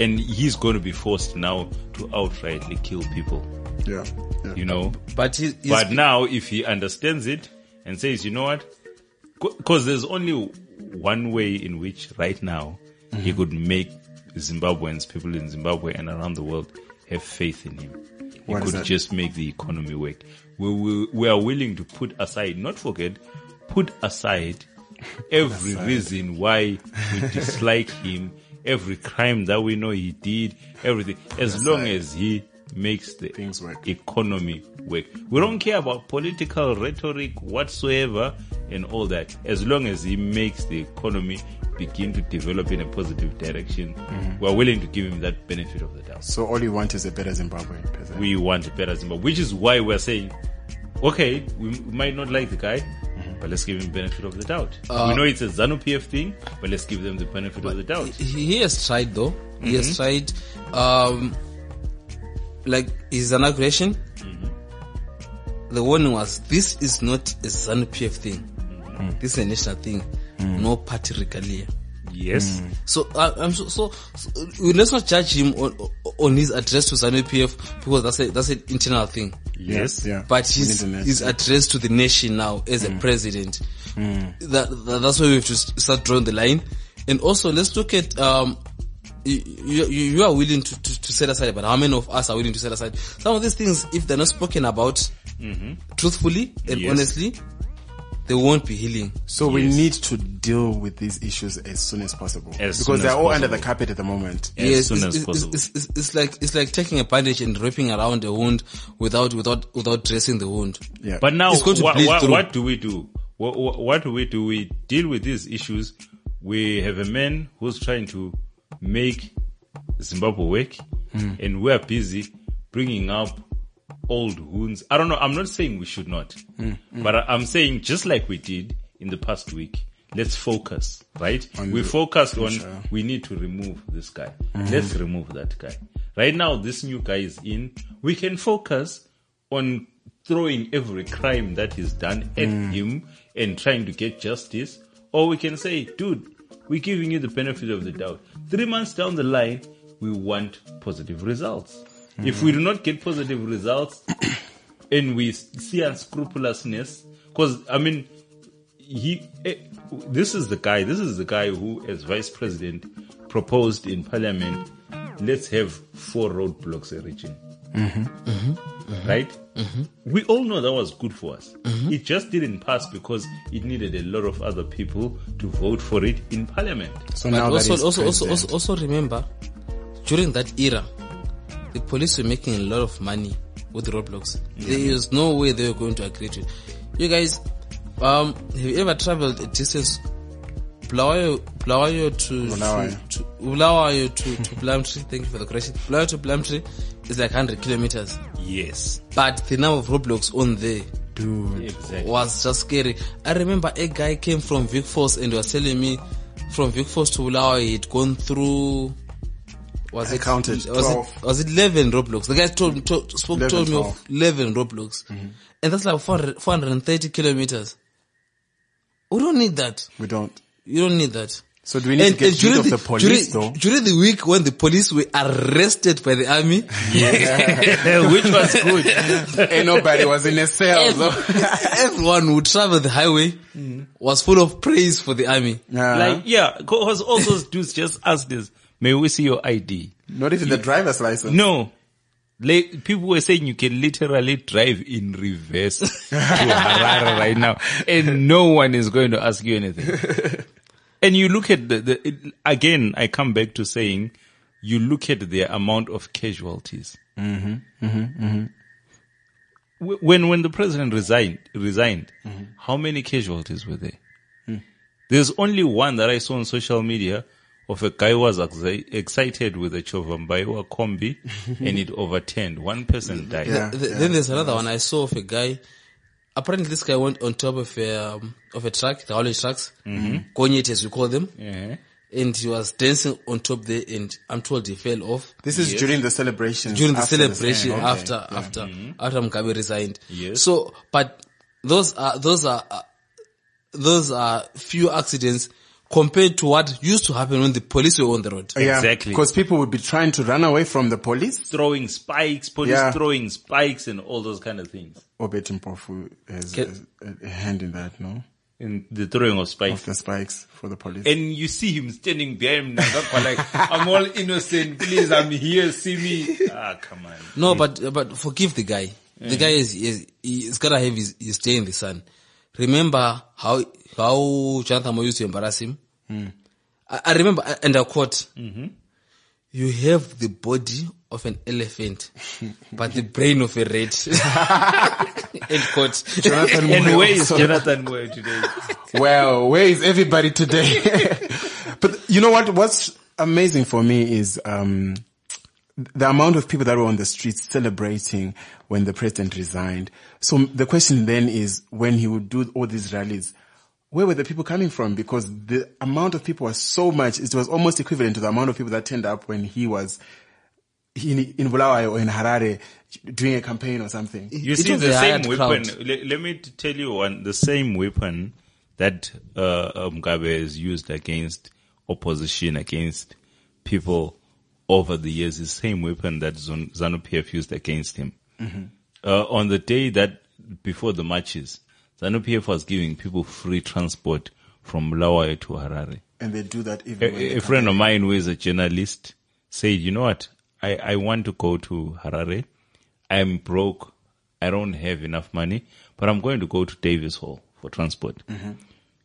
D: And he's going to be forced now to outrightly kill people,
B: Yeah. yeah.
D: you know.
C: But he, he's,
D: But now, if he understands it and says, you know what, because there's only one way in which right now he could make Zimbabweans, people in Zimbabwe and around the world have faith in him. He
B: What is
D: could
B: that?
D: just make the economy work. We, we, we are willing to put aside, not forget, put aside every reason why
B: [laughs]
D: we dislike him, every crime that we know he did, everything, as long as he makes the
B: Things work.
D: economy work. We don't care about political rhetoric whatsoever and all that. As long as he makes the economy begin to develop in a positive direction,
B: Mm-hmm.
D: we're willing to give him that benefit of the doubt.
B: So all you want is a better Zimbabwe. President.
D: We want a better Zimbabwe, which is why we're saying, okay, we we might not like the guy, but let's give him benefit of the doubt. we know it's a ZANU PF thing, but let's give them the benefit of the doubt.
C: he, he has tried though. He
D: Mm-hmm.
C: has tried, um, like his inauguration.
D: Mm-hmm.
C: The warning was: this is not a ZANU PF thing.
D: Mm-hmm.
C: This is a national thing. No party regalia.
D: Yes.
C: So uh, I'm so, so, so uh, let's not judge him on on his address to ZANU PF because that's a that's an internal thing.
D: Yes.
B: Yeah.
C: But
B: We
C: his,
B: need to know.
C: his address to the nation now as a president, that, that- that's where we have to s- start drawing the line. And also, let's look at um, you, you, you are willing to, to, to set aside, but how many of us are willing to set aside some of these things if they're not spoken about truthfully and
D: Yes.
C: honestly, they won't be healing.
B: So we need to deal with these issues as soon as possible
D: As soon
B: because they're
D: as
B: all under the
D: possible.
B: carpet at the moment.
D: As
C: yes,
D: soon
C: it's,
D: as
C: it's-
D: possible.
C: It's, it's, it's like it's like taking a bandage and wrapping around a wound without without without dressing the wound.
B: Yeah.
D: But now,
C: It's going to
D: what,
C: bleed
D: what,
C: through.
D: what do we do? What, what, what do we do? We deal with these issues. We have a man who's trying to make Zimbabwe work,
C: Hmm.
D: and we're busy bringing up old wounds. I don't know. I'm not saying we should not,
C: Hmm,
D: but I, I'm saying just like we did in the past week, let's focus, right? we focused on we need to remove this guy.
C: Hmm.
D: Let's remove that guy. Right now, this new guy is in. We can focus on throwing every crime that he's done at him and trying to get justice, or we can say, dude, we're giving you the benefit of the doubt. Three months down the line, we want positive results. If we do not get positive results [coughs] and we s- see unscrupulousness, because I mean, he eh, this is the guy this is the guy who as vice president eh, proposed in parliament let's have four roadblocks a region right? We all know that was good for us. It just didn't pass because it needed a lot of other people to vote for it in parliament.
B: So
C: But
B: now
C: also,
B: that he's
C: also, also,
B: president-
C: also, also remember, during that era, the police were making a lot of money with roadblocks. There is no way they were going to agree to it. You guys, um, have you ever traveled a distance, Blawayo, Blawayo to,
B: Bulawayo.
C: to, to, Bulawayo to, to Plumtree, thank you for the correction, Blawayo to Plumtree is like 100 kilometers.
D: Yes,
C: But the number of roadblocks on there
B: Dude.
D: exactly.
C: was just scary. I remember a guy came from Vic Force and was telling me from Vic Force to Ulawa he'd gone through was
B: I
C: it
B: counted
C: was
B: 12.
C: it was it eleven roadblocks? The guy told, told spoke
B: 11,
C: told me
B: 12.
C: of eleven roadblocks,
B: Mm-hmm.
C: and that's like 400, 430 kilometers. We don't need that.
B: We don't.
C: You don't need that.
B: So do we need to get rid
C: during
B: of the police,
C: during,
B: though?
C: During the week when the police were arrested by the
B: [laughs]
C: army, [laughs]
D: Which was good.
B: Ain't nobody was in a cell. though.
C: [laughs]
B: [laughs]
C: everyone who traveled the highway was full of praise for the army.
B: Nah.
D: Like, yeah, because all those dudes just asked this, may we see your ID?
B: not even the driver's license.
D: No. Like, people were saying you can literally drive in reverse to [laughs] Harare right now and no one is going to ask you anything. [laughs] And you look at the, the it, again, I come back to saying you look at the amount of casualties. Mm-hmm, mm-hmm, mm-hmm. When, when the president resigned, resigned, how many casualties were there? There's only one that I saw on social media of a guy who was exi- excited with a Chovambaiwa [laughs] combi and it overturned. One person died.
B: Yeah.
C: Th- Then there's another one I saw of a guy. Apparently, this guy went on top of a um, of a truck, the haulage trucks, mm as we call them,
D: Yeah.
C: and he was dancing on top there. And I'm told he fell off
B: This is during the celebration.
C: during the celebration after after after Mugabe resigned.
D: Yes.
C: So, but those are those are uh, those are few accidents compared to what used to happen when the police were on the road.
D: Exactly.
B: Because people would be trying to run away from the police.
D: Throwing spikes, police
B: Yeah.
D: throwing spikes and all those kind of things.
B: Obetim Pofu has
C: Get-
B: has a a hand in that, no?
D: And the throwing of spikes.
B: Of the spikes for the police.
D: and you see him standing behind Mnangagwa like, I'm all innocent, please, I'm here, see me. Ah, come on.
C: No, but but forgive the guy. The guy is is he's gotta have his, his day in the sun. Remember how how Jonathan Moyo used to embarrass him.
D: Hmm.
C: I, I remember, and I quote:
D: Mm-hmm.
C: "You have the body of an elephant, but the brain of a rat." [laughs] End quote.
B: Jonathan
D: And
B: Moyo
D: where is
B: also-
D: Jonathan Moyo today?
B: well, where is everybody today? [laughs] but you know what? What's amazing for me is um, the amount of people that were on the streets celebrating when the president resigned. So the question then is, when he would do all these rallies, where were the people coming from? Because the amount of people was so much; it was almost equivalent to the amount of people that turned up when he was in in Bulawayo or in Harare doing a campaign or something.
D: You
C: It
D: see
C: was
D: the
C: a
D: same
C: hired
D: weapon.
C: crowd.
D: Le- let me t- tell you one. The same weapon that uh, uh, Mugabe has used against opposition, against people over the years, is the same weapon that Zon- ZANU PF used against him. Uh, on the day that before the marches, ZANU PF was giving people free transport from Bulawayo to Harare
B: And they do that even when they
D: a, a friend of mine who is a journalist said, you know what? I, I want to go to Harare. I'm broke. I don't have enough money, but I'm going to go to Davis Hall for transport.
B: Mm-hmm.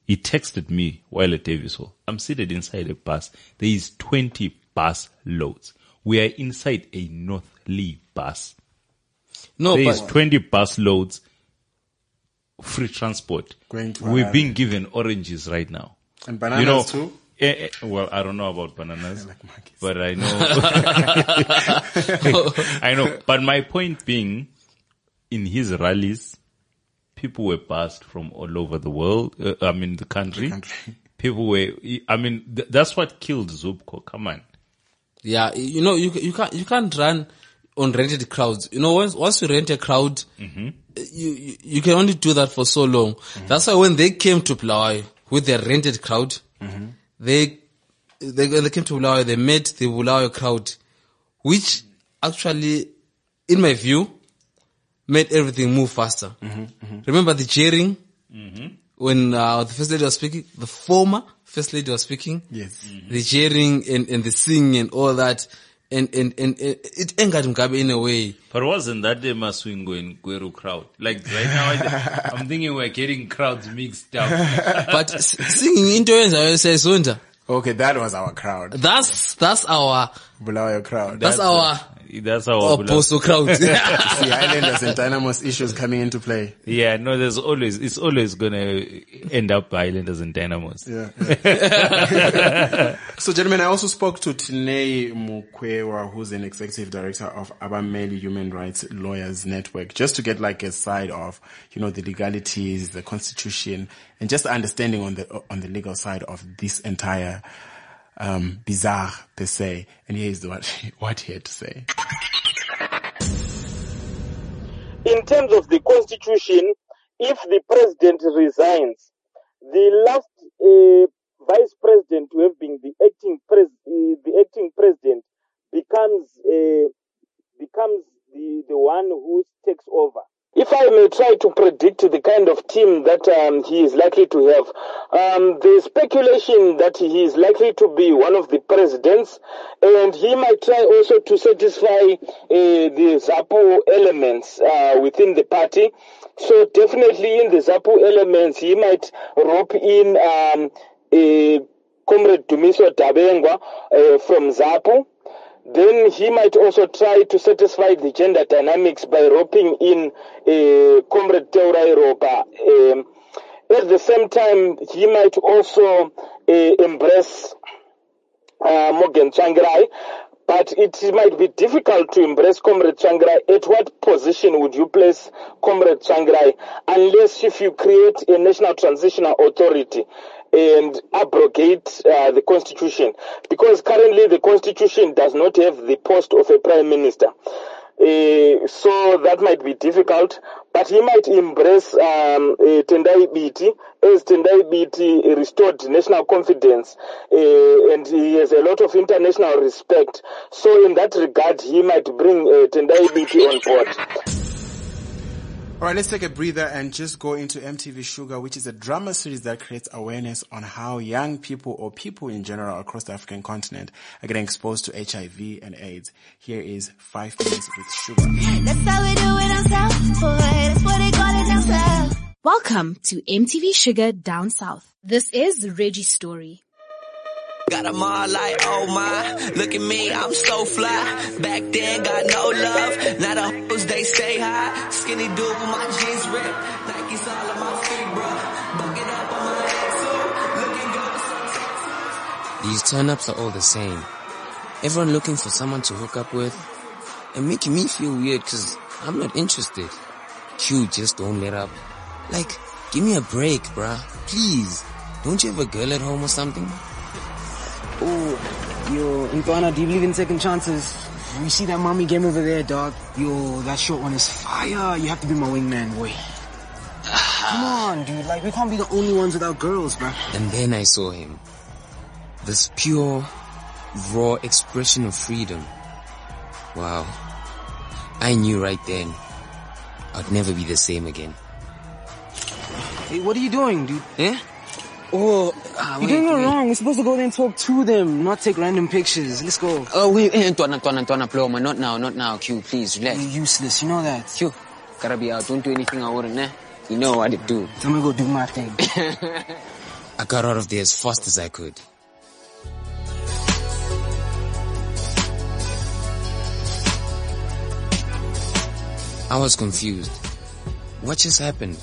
D: He texted me while at Davis Hall. I'm seated inside a bus. There is 20 bus loads. We are inside a North Lee bus.
B: Oh,
C: No,
D: There is
C: but
D: 20 bus loads free transport.
B: Going to
D: We're
B: Harare.
D: being given oranges right now
B: and bananas
D: you know,
B: too.
D: eh, eh, well, I don't know about bananas,
B: [laughs] like monkeys.
D: but I
B: [laughs]
D: know, [laughs] I know. But my point being, in his rallies, people were bussed from all over the world. Uh, I mean, the country.
B: country.
D: [laughs] People were. I mean, th- that's what killed Zubko. Come on.
C: yeah, you know you ca- you can't you can't run on rented crowds. You know once once you rent a crowd, you, you you can only do that for so long. That's why when they came to Bulawayo with their rented crowd, they they when they came to Bulawayo, they met the Bulawayo crowd, which actually, in my view, made everything move faster. Remember the jeering when uh, the first lady was speaking, the former first lady was speaking. Mm-hmm.
B: Yes.
C: the jeering and, and the singing and all that.
E: and and and, and it angered Mugabe in a way.
D: But wasn't that the Maswingo and Gweru crowd? Like right now, I, I'm thinking we're getting crowds mixed [laughs] up.
C: [laughs]
E: But s- singing into it,
B: Okay, that was our crowd.
E: that's that's our
B: Bulawayo crowd.
E: that's our
D: That's how I would-
E: Apostle crowd. [laughs]
B: [laughs] the Islanders and Dynamo's issues coming into play.
D: Yeah, no, there's always, it's always gonna end up by Islanders and Dynamos.
B: Yeah. so, gentlemen, I also spoke to Tinei Mukwewa, who's an executive director of Abameli Human Rights Lawyers Network, just to get like a side of, you know, the legalities, the constitution, and just understanding on the on the legal side of this entire um, bizarre per se. And here is the, what what he had to say.
A: in terms of the constitution, if the president resigns, the last uh, vice president to have been the acting pres- uh, the acting president becomes uh, becomes the, the one who takes over. If I may try to predict the kind of team that um, he is likely to have, um, the speculation that he is likely to be one of the presidents, and he might try also to satisfy uh, the ZAPU elements uh, within the party. So definitely in the ZAPU elements, he might rope in um, uh, Comrade Dumiso Dabengwa uh, from ZAPU then he might also try to satisfy the gender dynamics by roping in uh, Comrade Teurai Roba. Um, at the same time, he might also uh, embrace uh, Morgan Tsvangirai, but it might be difficult to embrace Comrade Tsvangirai. At what position would you place Comrade Tsvangirai unless if you create a national transitional authority and abrogate uh, the constitution? Because currently the constitution does not have the post of a prime minister. Uh, so that might be difficult, but he might embrace um, uh, Tendai Biti as Tendai Biti restored national confidence uh, and he has a lot of international respect. So, in that regard, he might bring uh, Tendai Biti on board.
B: All right, let's take a breather and just go into MTV Sugar, which is a drama series that creates awareness on how young people or people in general across the African continent are getting exposed to HIV and AIDS. Here is Five Minutes with Sugar.
F: That's how we do it on South Boy. That's what they call it down South.
G: Welcome to MTV Sugar Down South. This is Reggie's story.
H: Got 'em all like, oh my, look at me, I'm so fly. Back then, got no love, now the hoes they stay high. Skinny dude with my jeans ripped, Nikes all on my feet, bro. Bucket up on my head, too, looking good.
C: These turn-ups are all the same. Everyone looking for someone to hook up with and making me feel weird because I'm not interested. Q just don't let up. Like, give me a break, bruh. Please. Don't you have a girl at home or something?
I: Yo, Ntwana, do you believe in second chances? We see that mommy game over there, dog. Yo, that short one is fire. You have to be my wingman, boy. Come on, dude. Like, we can't be the only ones without girls, bro.
C: And then I saw him. This pure, raw expression of freedom. Wow. I knew right then I'd never be the same again.
I: Hey, what are you doing, dude?
C: Eh?
I: Oh,
C: wait,
I: you're doing it
C: Ah, wait.
I: wrong. We're supposed to go there and talk to them, not take random pictures. Let's go.
C: Oh, wait, eh, Ntwana, Ntwana, Ntwana, Ploma, not now, not now, Q, please, relax.
I: You're useless. You know that.
C: Phew, gotta be out. Don't do anything I wouldn't, eh? You know what it do.
I: I'm gonna go do my thing.
C: I got out of there as fast as I could. I was confused. What just happened?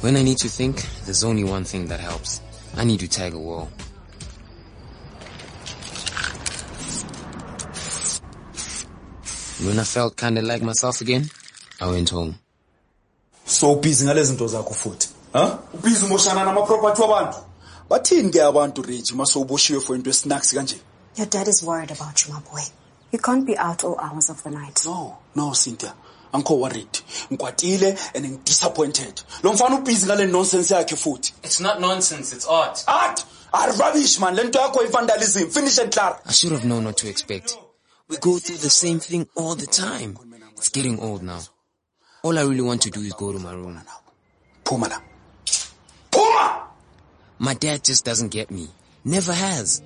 C: When I need to think, there's only one thing that helps. I need to tag a wall. When I felt kinda like myself again, I went home.
J: so ubhizi ngale zinto zakho futhi ha ubhizi umoshana namaproperty wabantu bathini ke abantu reji uma sowuboshiwe for into esinaks kanje
K: Your dad is worried about you, my boy. You can't be out all hours of the night.
J: no no cynthia angikho worried ngikwatile and ngidisappointed lo mfana ubhizi ngale nonsense yakhe futhi
C: It's not nonsense, it's art.
J: art ari rubbish man le nto yakho i-vandalism finish and clara
C: I should have known what to expect. We go through the same thing all the time. It's getting old now. All I really want to do is go to my room.
J: phuma la phuma
C: My dad just doesn't get me. Never has.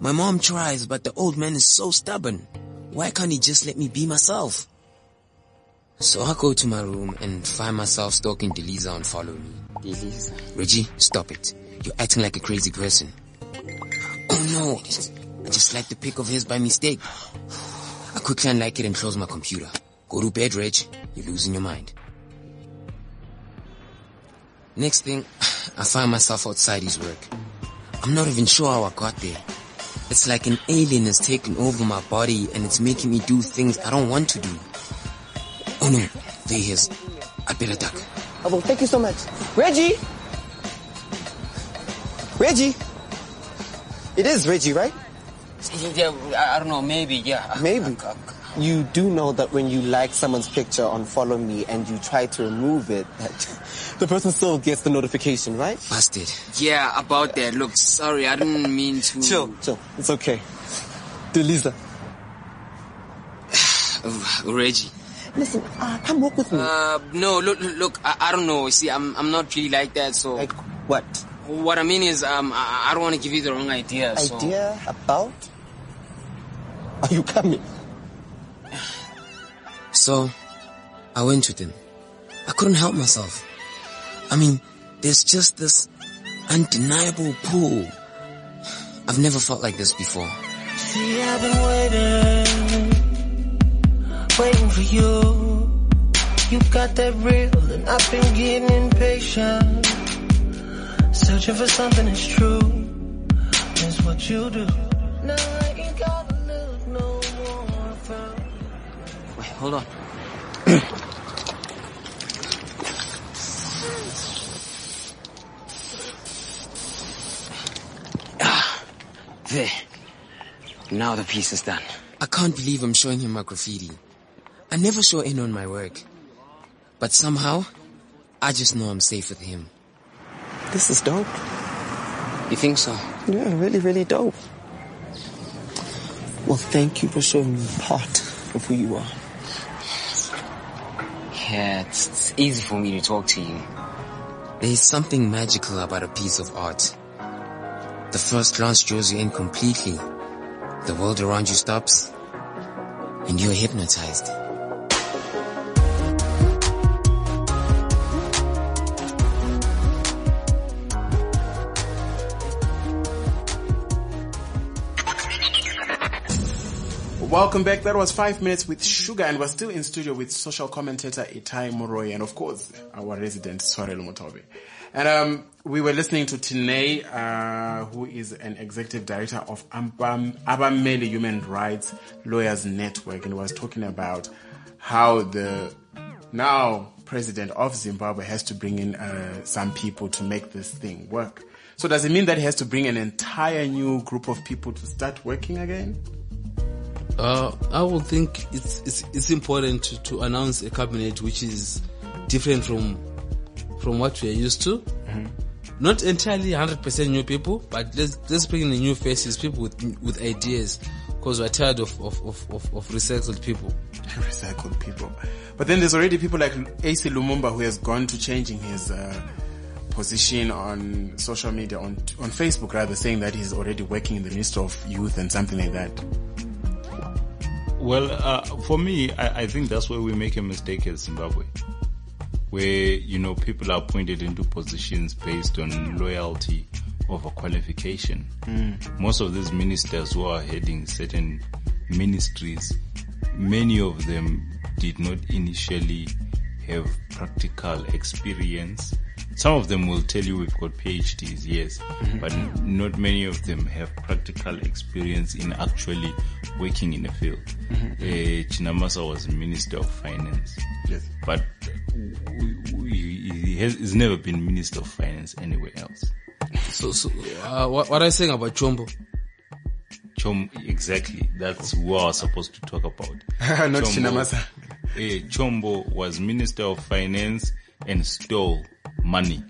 I: My mom tries, but the old man is so stubborn. Why can't he just let me be myself? So I go to my room and find myself stalking Deliza and follow me. Deliza. Reggie, stop it. You're acting like a crazy person. Oh no, it's- I just liked the pic of his by mistake. I quickly unlike it and close my computer. Go to bed, Reg. You're losing your mind. Next thing, [sighs] I find myself outside his work. I'm not even sure how I got there. It's like an alien has taken over my body and it's making me do things I don't want to do. Oh no, there he is. I better duck.
L: Oh, well, thank you so much. Reggie! Reggie! It is Reggie, right?
I: Yeah, I, I don't know, maybe, yeah.
L: Maybe. You do know that when you like someone's picture on Follow Me and you try to remove it, that [laughs] the person still gets the notification, right?
I: Busted. Yeah, about that. Look, sorry, I didn't mean to.
L: Chill, chill. It's okay.
I: [sighs]
L: Delisa.
I: Oh, Reggie.
L: Listen, uh, come walk with me.
I: Uh, no, look, look, look, I, I don't know. See, I'm, I'm not really like that, so. Like
L: what?
I: What I mean is, um, I, I don't want to give you the wrong idea, so.
L: Idea about? Are you coming?
I: So, I went with him. I couldn't help myself. I mean, there's just this undeniable pull. I've never felt like this before.
M: See, I've been waiting, waiting for you. You got that real, and I've been getting impatient. Searching for something that's true. That's what you do. Now I ain't gotta look no more. I found
I: Wait, hold on. Ah, there. Now the piece is done. I can't believe I'm showing him my graffiti. I never show in on my work. But somehow, I just know I'm safe with him.
L: This is dope.
I: You think so?
L: Yeah, really, really dope. Well, thank you for showing me part of who you are.
I: Yeah, it's, it's easy for me to talk to you. There's something magical about a piece of art. The first glance draws you in completely. The world around you stops, and you're hypnotized.
B: Welcome back. That was five minutes with Sugar, and we're still in studio with social commentator Itai Moroi, and of course our resident Swarel Motobe. And um, we were listening to Tine, uh, who is an executive director of Abam- Abamele Human Rights Lawyers Network, and was talking about how the now president of Zimbabwe has to bring in uh, some people to make this thing work. So does it mean that he has to bring an entire new group of people to start working again?
C: Uh, I would think it's it's, it's important to, to announce a cabinet which is different from from what we are used to. Not entirely 100% new people, but let's let's bring in the new faces, people with with ideas, because we're tired of of, of, of of recycled people.
B: recycled people. But then there's already people like AC Lumumba who has gone to changing his uh, position on social media, on on Facebook rather, saying that he's already working in the Ministry of Youth and something like that.
D: Well, uh, for me, I, I think that's where we make a mistake as Zimbabwe, where you know people are appointed into positions based on loyalty over qualification.
N: Mm.
D: Most of these ministers who are heading certain ministries, many of them did not initially have practical experience. Some of them will tell you we've got PhDs, yes, but n- not many of them have practical experience in actually working in the field.
N: Mhm.
D: Eh, Chinamasa was Minister of Finance,
B: Yes.
D: but w- w- he he has he's never been Minister of Finance anywhere else.
C: So so uh, what, what are you saying about Chombo?
D: Chom, exactly. That's what I was supposed to talk about.
B: [laughs] [laughs] Not Chinamasa.
D: eh, Chombo was Minister of Finance and stole money.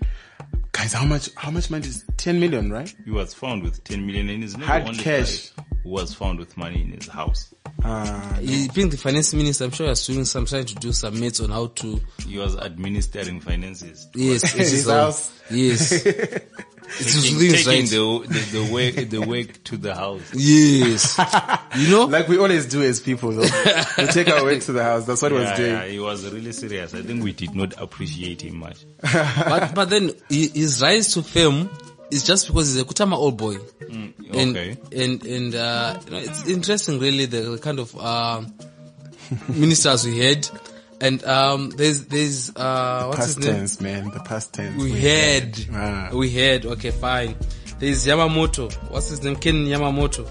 B: Guys, how much? How much money is ten million? Right?
D: He was found with ten million in his
B: Hard cash.
D: Who was found with money in his house?
B: Uh,
C: He being the finance minister, I'm sure he was doing some trying to do some mates on how to
B: [laughs]
D: [laughs] He was administering finances.
C: Yes,
D: It
C: it
D: [laughs] was
C: is all- Yes.
D: taking,
C: things,
D: taking
C: right?
D: the, the, the way the work to the
B: [laughs]
D: house. [laughs]
C: Yes. you know?
B: Like we always do as people, though. we take our work to the house. That's what he
D: Yeah,
B: was doing.
D: yeah, he was really serious. I think we did not appreciate him much.
C: but but then hi- his rise to fame is just because he's a Kutama old boy.
D: Mm, okay.
C: And and and uh, you know, it's interesting, really, the, the kind of uh, ministers we had. And um, there's there's uh, what's
B: past
C: his name?
B: tense, man. The past tense.
C: We had, we had. Okay, fine. There's Yamamoto. What's his name? Ken Yamamoto.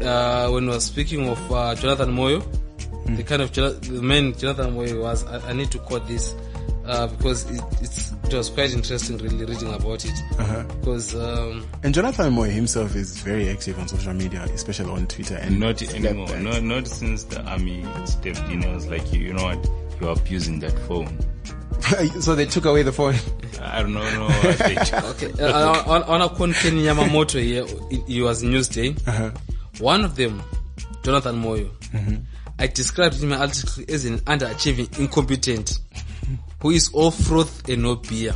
C: Uh, when we were speaking of uh, Jonathan Moyo, the kind of Jona- the man Jonathan Moyo was, I, I need to quote this uh, because it, it's, it was quite interesting, really reading about it.
B: Uh-huh.
C: Because um,
B: And Jonathan Moy himself is very active on social media, especially on Twitter. And
D: Not
B: Snapchat.
D: anymore. No, not since the army stepped in. I was like, you, you know what? You're abusing that phone.
B: [laughs] so they took away the phone.
D: I don't know. what they
C: okay, uh, on, on a con Ken Yamamoto here, it, it was Newsday.
B: Uh-huh.
C: One of them, Jonathan Moyo,
B: Mm-hmm.
C: I described him in my article as an underachieving incompetent who is all froth and
B: [laughs]
C: no beer,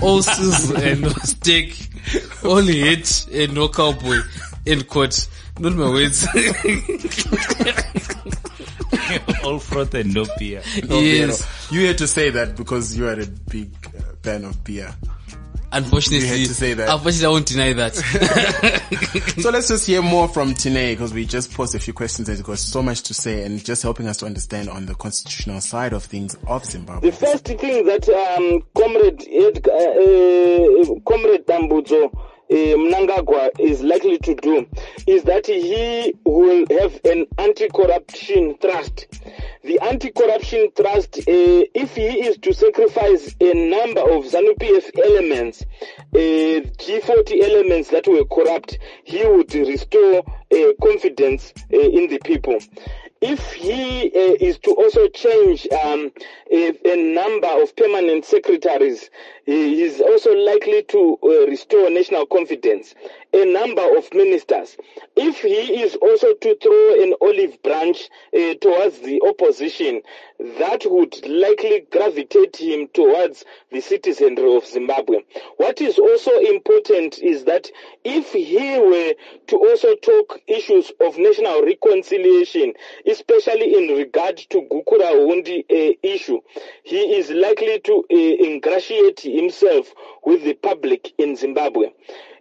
C: all sizzle and no steak, all hate and no cowboy. End quote. Not
B: [laughs]
C: my words.
D: all froth and no beer.
B: No beer. You had to say that because you are a big uh, fan of beer.
C: Unfortunately,
B: you had to say that.
C: Unfortunately, I won't deny
B: [laughs]
C: that.
B: so let's just hear more from Tine because we just posed a few questions and it got so much to say and just helping us to understand on the constitutional side of things of Zimbabwe.
A: The first thing that um, Comrade Edgar, uh, uh, Comrade Dambuzo uh, Mnangagwa is likely to do is that he will have an anti-corruption trust. The anti-corruption trust, uh, if he is to sacrifice a number of ZANU-PF elements, uh, G40 elements that were corrupt, he would restore uh, confidence uh, in the people if he uh, is to also change um, a, a number of permanent secretaries, he is also likely to uh, restore national confidence. A number of ministers. If he is also to throw an olive branch uh, towards the opposition, that would likely gravitate him towards the citizenry of Zimbabwe. What is also important is that if he were to also talk issues of national reconciliation, especially in regard to Gukura Hundi uh, issue, he is likely to uh, ingratiate himself with the public in Zimbabwe.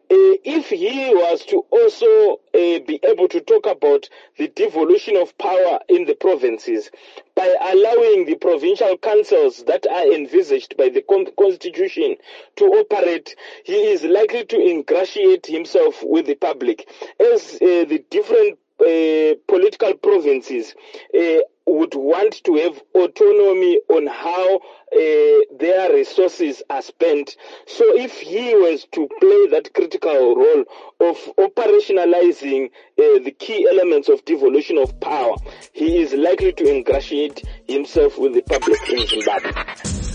A: Uh, if he was to also uh, be able to talk about the devolution of power in the provinces by allowing the provincial councils that are envisaged by the con- constitution to operate, he is likely to ingratiate himself with the public as uh, the different uh, political provinces uh, would want to have autonomy on how uh, their resources are spent. So if he was to play that critical role of operationalizing uh, the key elements of devolution of power, he is likely to ingratiate himself with the public in Zimbabwe.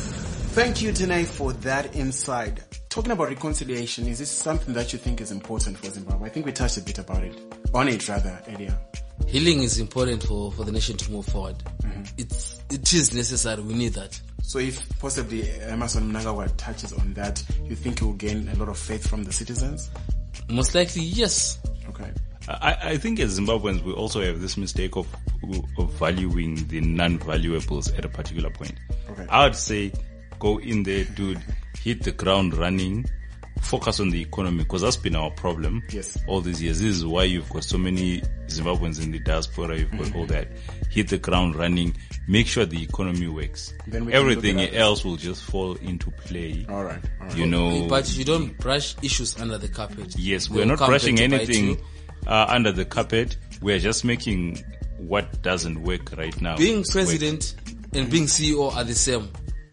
B: Thank you, Tine, for that insight. Talking about reconciliation, is this something that you think is important for Zimbabwe? I think we touched a bit about it, on it rather, earlier.
C: Healing is important for, for the nation to move forward.
B: Mm-hmm.
C: It's it is necessary. We need that.
B: So if possibly Emerson Mnangagwa touches on that, you think he will gain a lot of faith from the citizens?
C: Most likely, yes.
B: Okay.
D: I, I think as Zimbabweans, we also have this mistake of, of valuing the non-valuables at a particular point.
B: Okay.
D: I would say go in there, dude, hit the ground running, focus on the economy because that's been our problem
B: Yes.
D: all these years. This is why you've got so many Zimbabweans in the diaspora. You've got
B: Mhm.
D: all that. Hit the ground running. Make sure the economy works.
B: Then we can look
D: Everything
B: at others.
D: else will just fall into play.
B: All right. All right.
D: You know,
C: But you don't brush issues under the carpet.
D: Oh. Yes,
C: They
D: we're
C: will
D: not
C: come
D: brushing
C: back to bite
D: anything
C: you.
D: uh, under the carpet. We're just making what doesn't work right now.
C: Being
D: work.
C: president and being CEO are the same.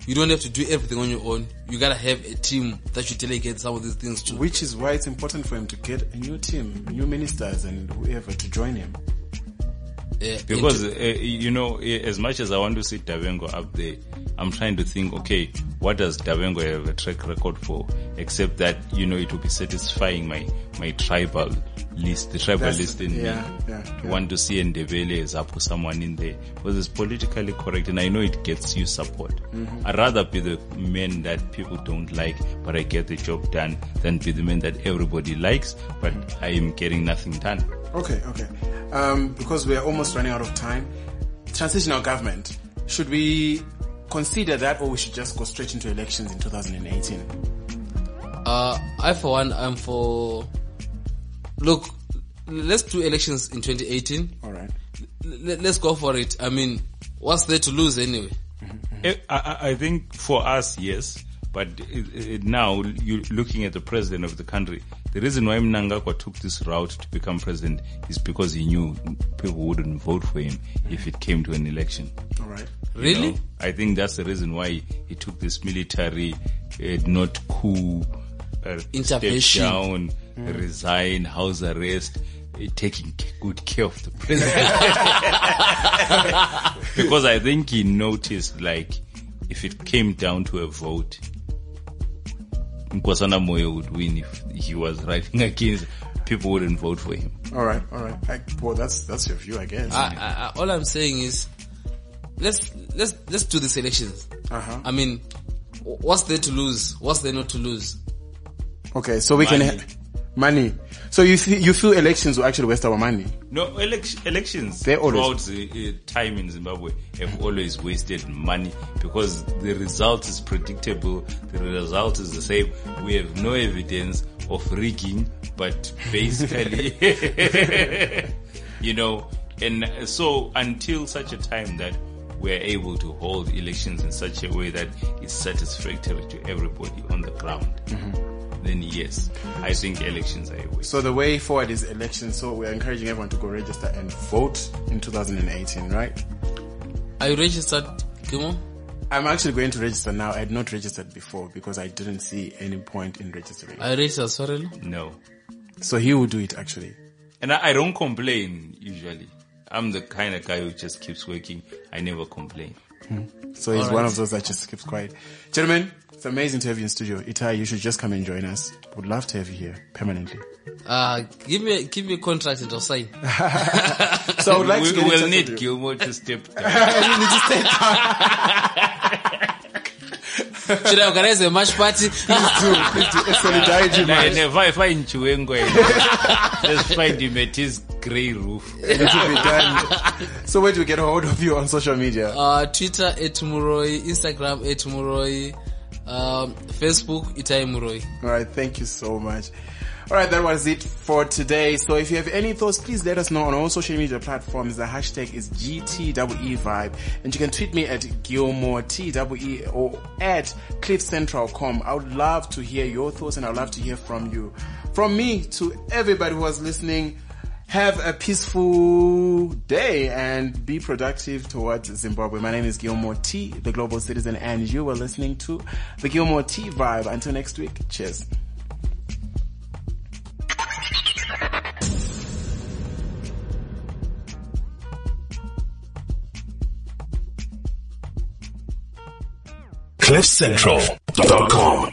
C: You don't have to do everything on your own. You gotta have a team that you delegate some of these things to.
B: Which is why it's important for him to get a new team, new ministers and whoever to join him.
C: uh,
D: because uh, you know, eh, as much as I want to see Davengo up there, I'm trying to think, okay, what does Davengo have a track record for? Except that you know, it will be satisfying my my tribal list, the tribal
B: That's-
D: list in
B: yeah,
D: me.
B: yeah,
D: I
B: yeah.
D: Want to see Ndebele as up someone in there because it's politically correct, and I know it gets you support.
B: Mhm.
D: I'd rather be the man that people don't like, but I get the job done, than be the man that everybody likes, but I am getting nothing done.
B: Okay, okay. Um, because we are almost running out of time. Transitional government. Should we consider that, or we should just go straight into elections in 2018?
C: Uh, I for one, I'm for. Look, let's do elections in 2018.
B: All right.
C: let's go for it. I mean, what's there to lose anyway?
D: Eh, I, I- I think for us, yes. But it, it, now, you looking at the president of the country, the reason why Mnangagwa took this route to become president is because he knew people wouldn't vote for him if it came to an election.
B: All right.
D: You
C: Really?
D: know, I think that's the reason why he took this military, uh, not coup, uh,
C: Intervention.
D: step down,
C: Mm.
D: resign, house arrest, uh, taking c- good care of
C: [laughs]
D: the president. [laughs] because I think he noticed, like, if it came down to a vote, Nkosana Moyo would win if he was running [laughs] against. People wouldn't vote for him.
B: All right, all right. I, well, that's that's your view, I guess.
C: I, I, I, all I'm saying is, let's let's let's do these elections.
B: Uh-huh.
C: I mean, wh- what's there to lose? What's there not to lose?
B: okay, so we can
C: Money.
B: ha- money. So you feel, you feel elections will actually waste our money?
D: No, elec- elections
B: They always-
D: throughout the uh, time in Zimbabwe have always wasted money because the result is predictable. The result is the same. We have no evidence of rigging, but basically, [laughs] you know, and uh, so until such a time that we're able to hold elections in such a way that is satisfactory to everybody on the ground, then yes, I think elections are a waste.
B: Mm-hmm. So the way forward is elections. So we're encouraging everyone to go register and vote in 2018, right?
C: Are you registered, Kimo?
B: I'm actually going to register now. I had not registered before because I didn't see any point in registering.
C: Are you registered, Swarelo?
D: No.
B: So he will do it actually.
D: And I, I don't complain usually. I'm the kind of guy who just keeps working. I never complain.
B: So he's
D: All
B: one
D: right.
B: of those that just keeps quiet. Gentlemen, it's amazing to have you in studio. Itai, you should just come and join us. Would love to have you here permanently.
C: Uh, give me give me a contract and I'll sign. [laughs]
B: So I would like
D: we,
B: to get in touch
D: will
B: with
D: need
B: you.
D: Gilmore to step
B: [laughs] You need to stay
C: Should I organize a match party? [laughs]
B: please [laughs] do, please do. It's
D: [laughs]
B: solidarity, man.
D: And if I find Chiwengo, [laughs] let's find him at his grey roof.
B: It should be done. So where do we get a hold of you on social media?
C: Uh, Twitter at Muroi, Instagram at Muroi, um, Facebook Itai Muroi.
B: All right, thank you so much. All right, that was it for today. So if you have any thoughts, please let us know on all social media platforms. The hashtag is GTWE E Vibe, and you can tweet me at Gilmore TWE or at Cliff Central Com. I would love to hear your thoughts, and I'd love to hear from you. From me to everybody who was listening, have a peaceful day and be productive towards Zimbabwe. My name is Gilmore T, the global citizen, and you are listening to the Gilmore T vibe. Until next week, cheers.
N: CliffCentral.com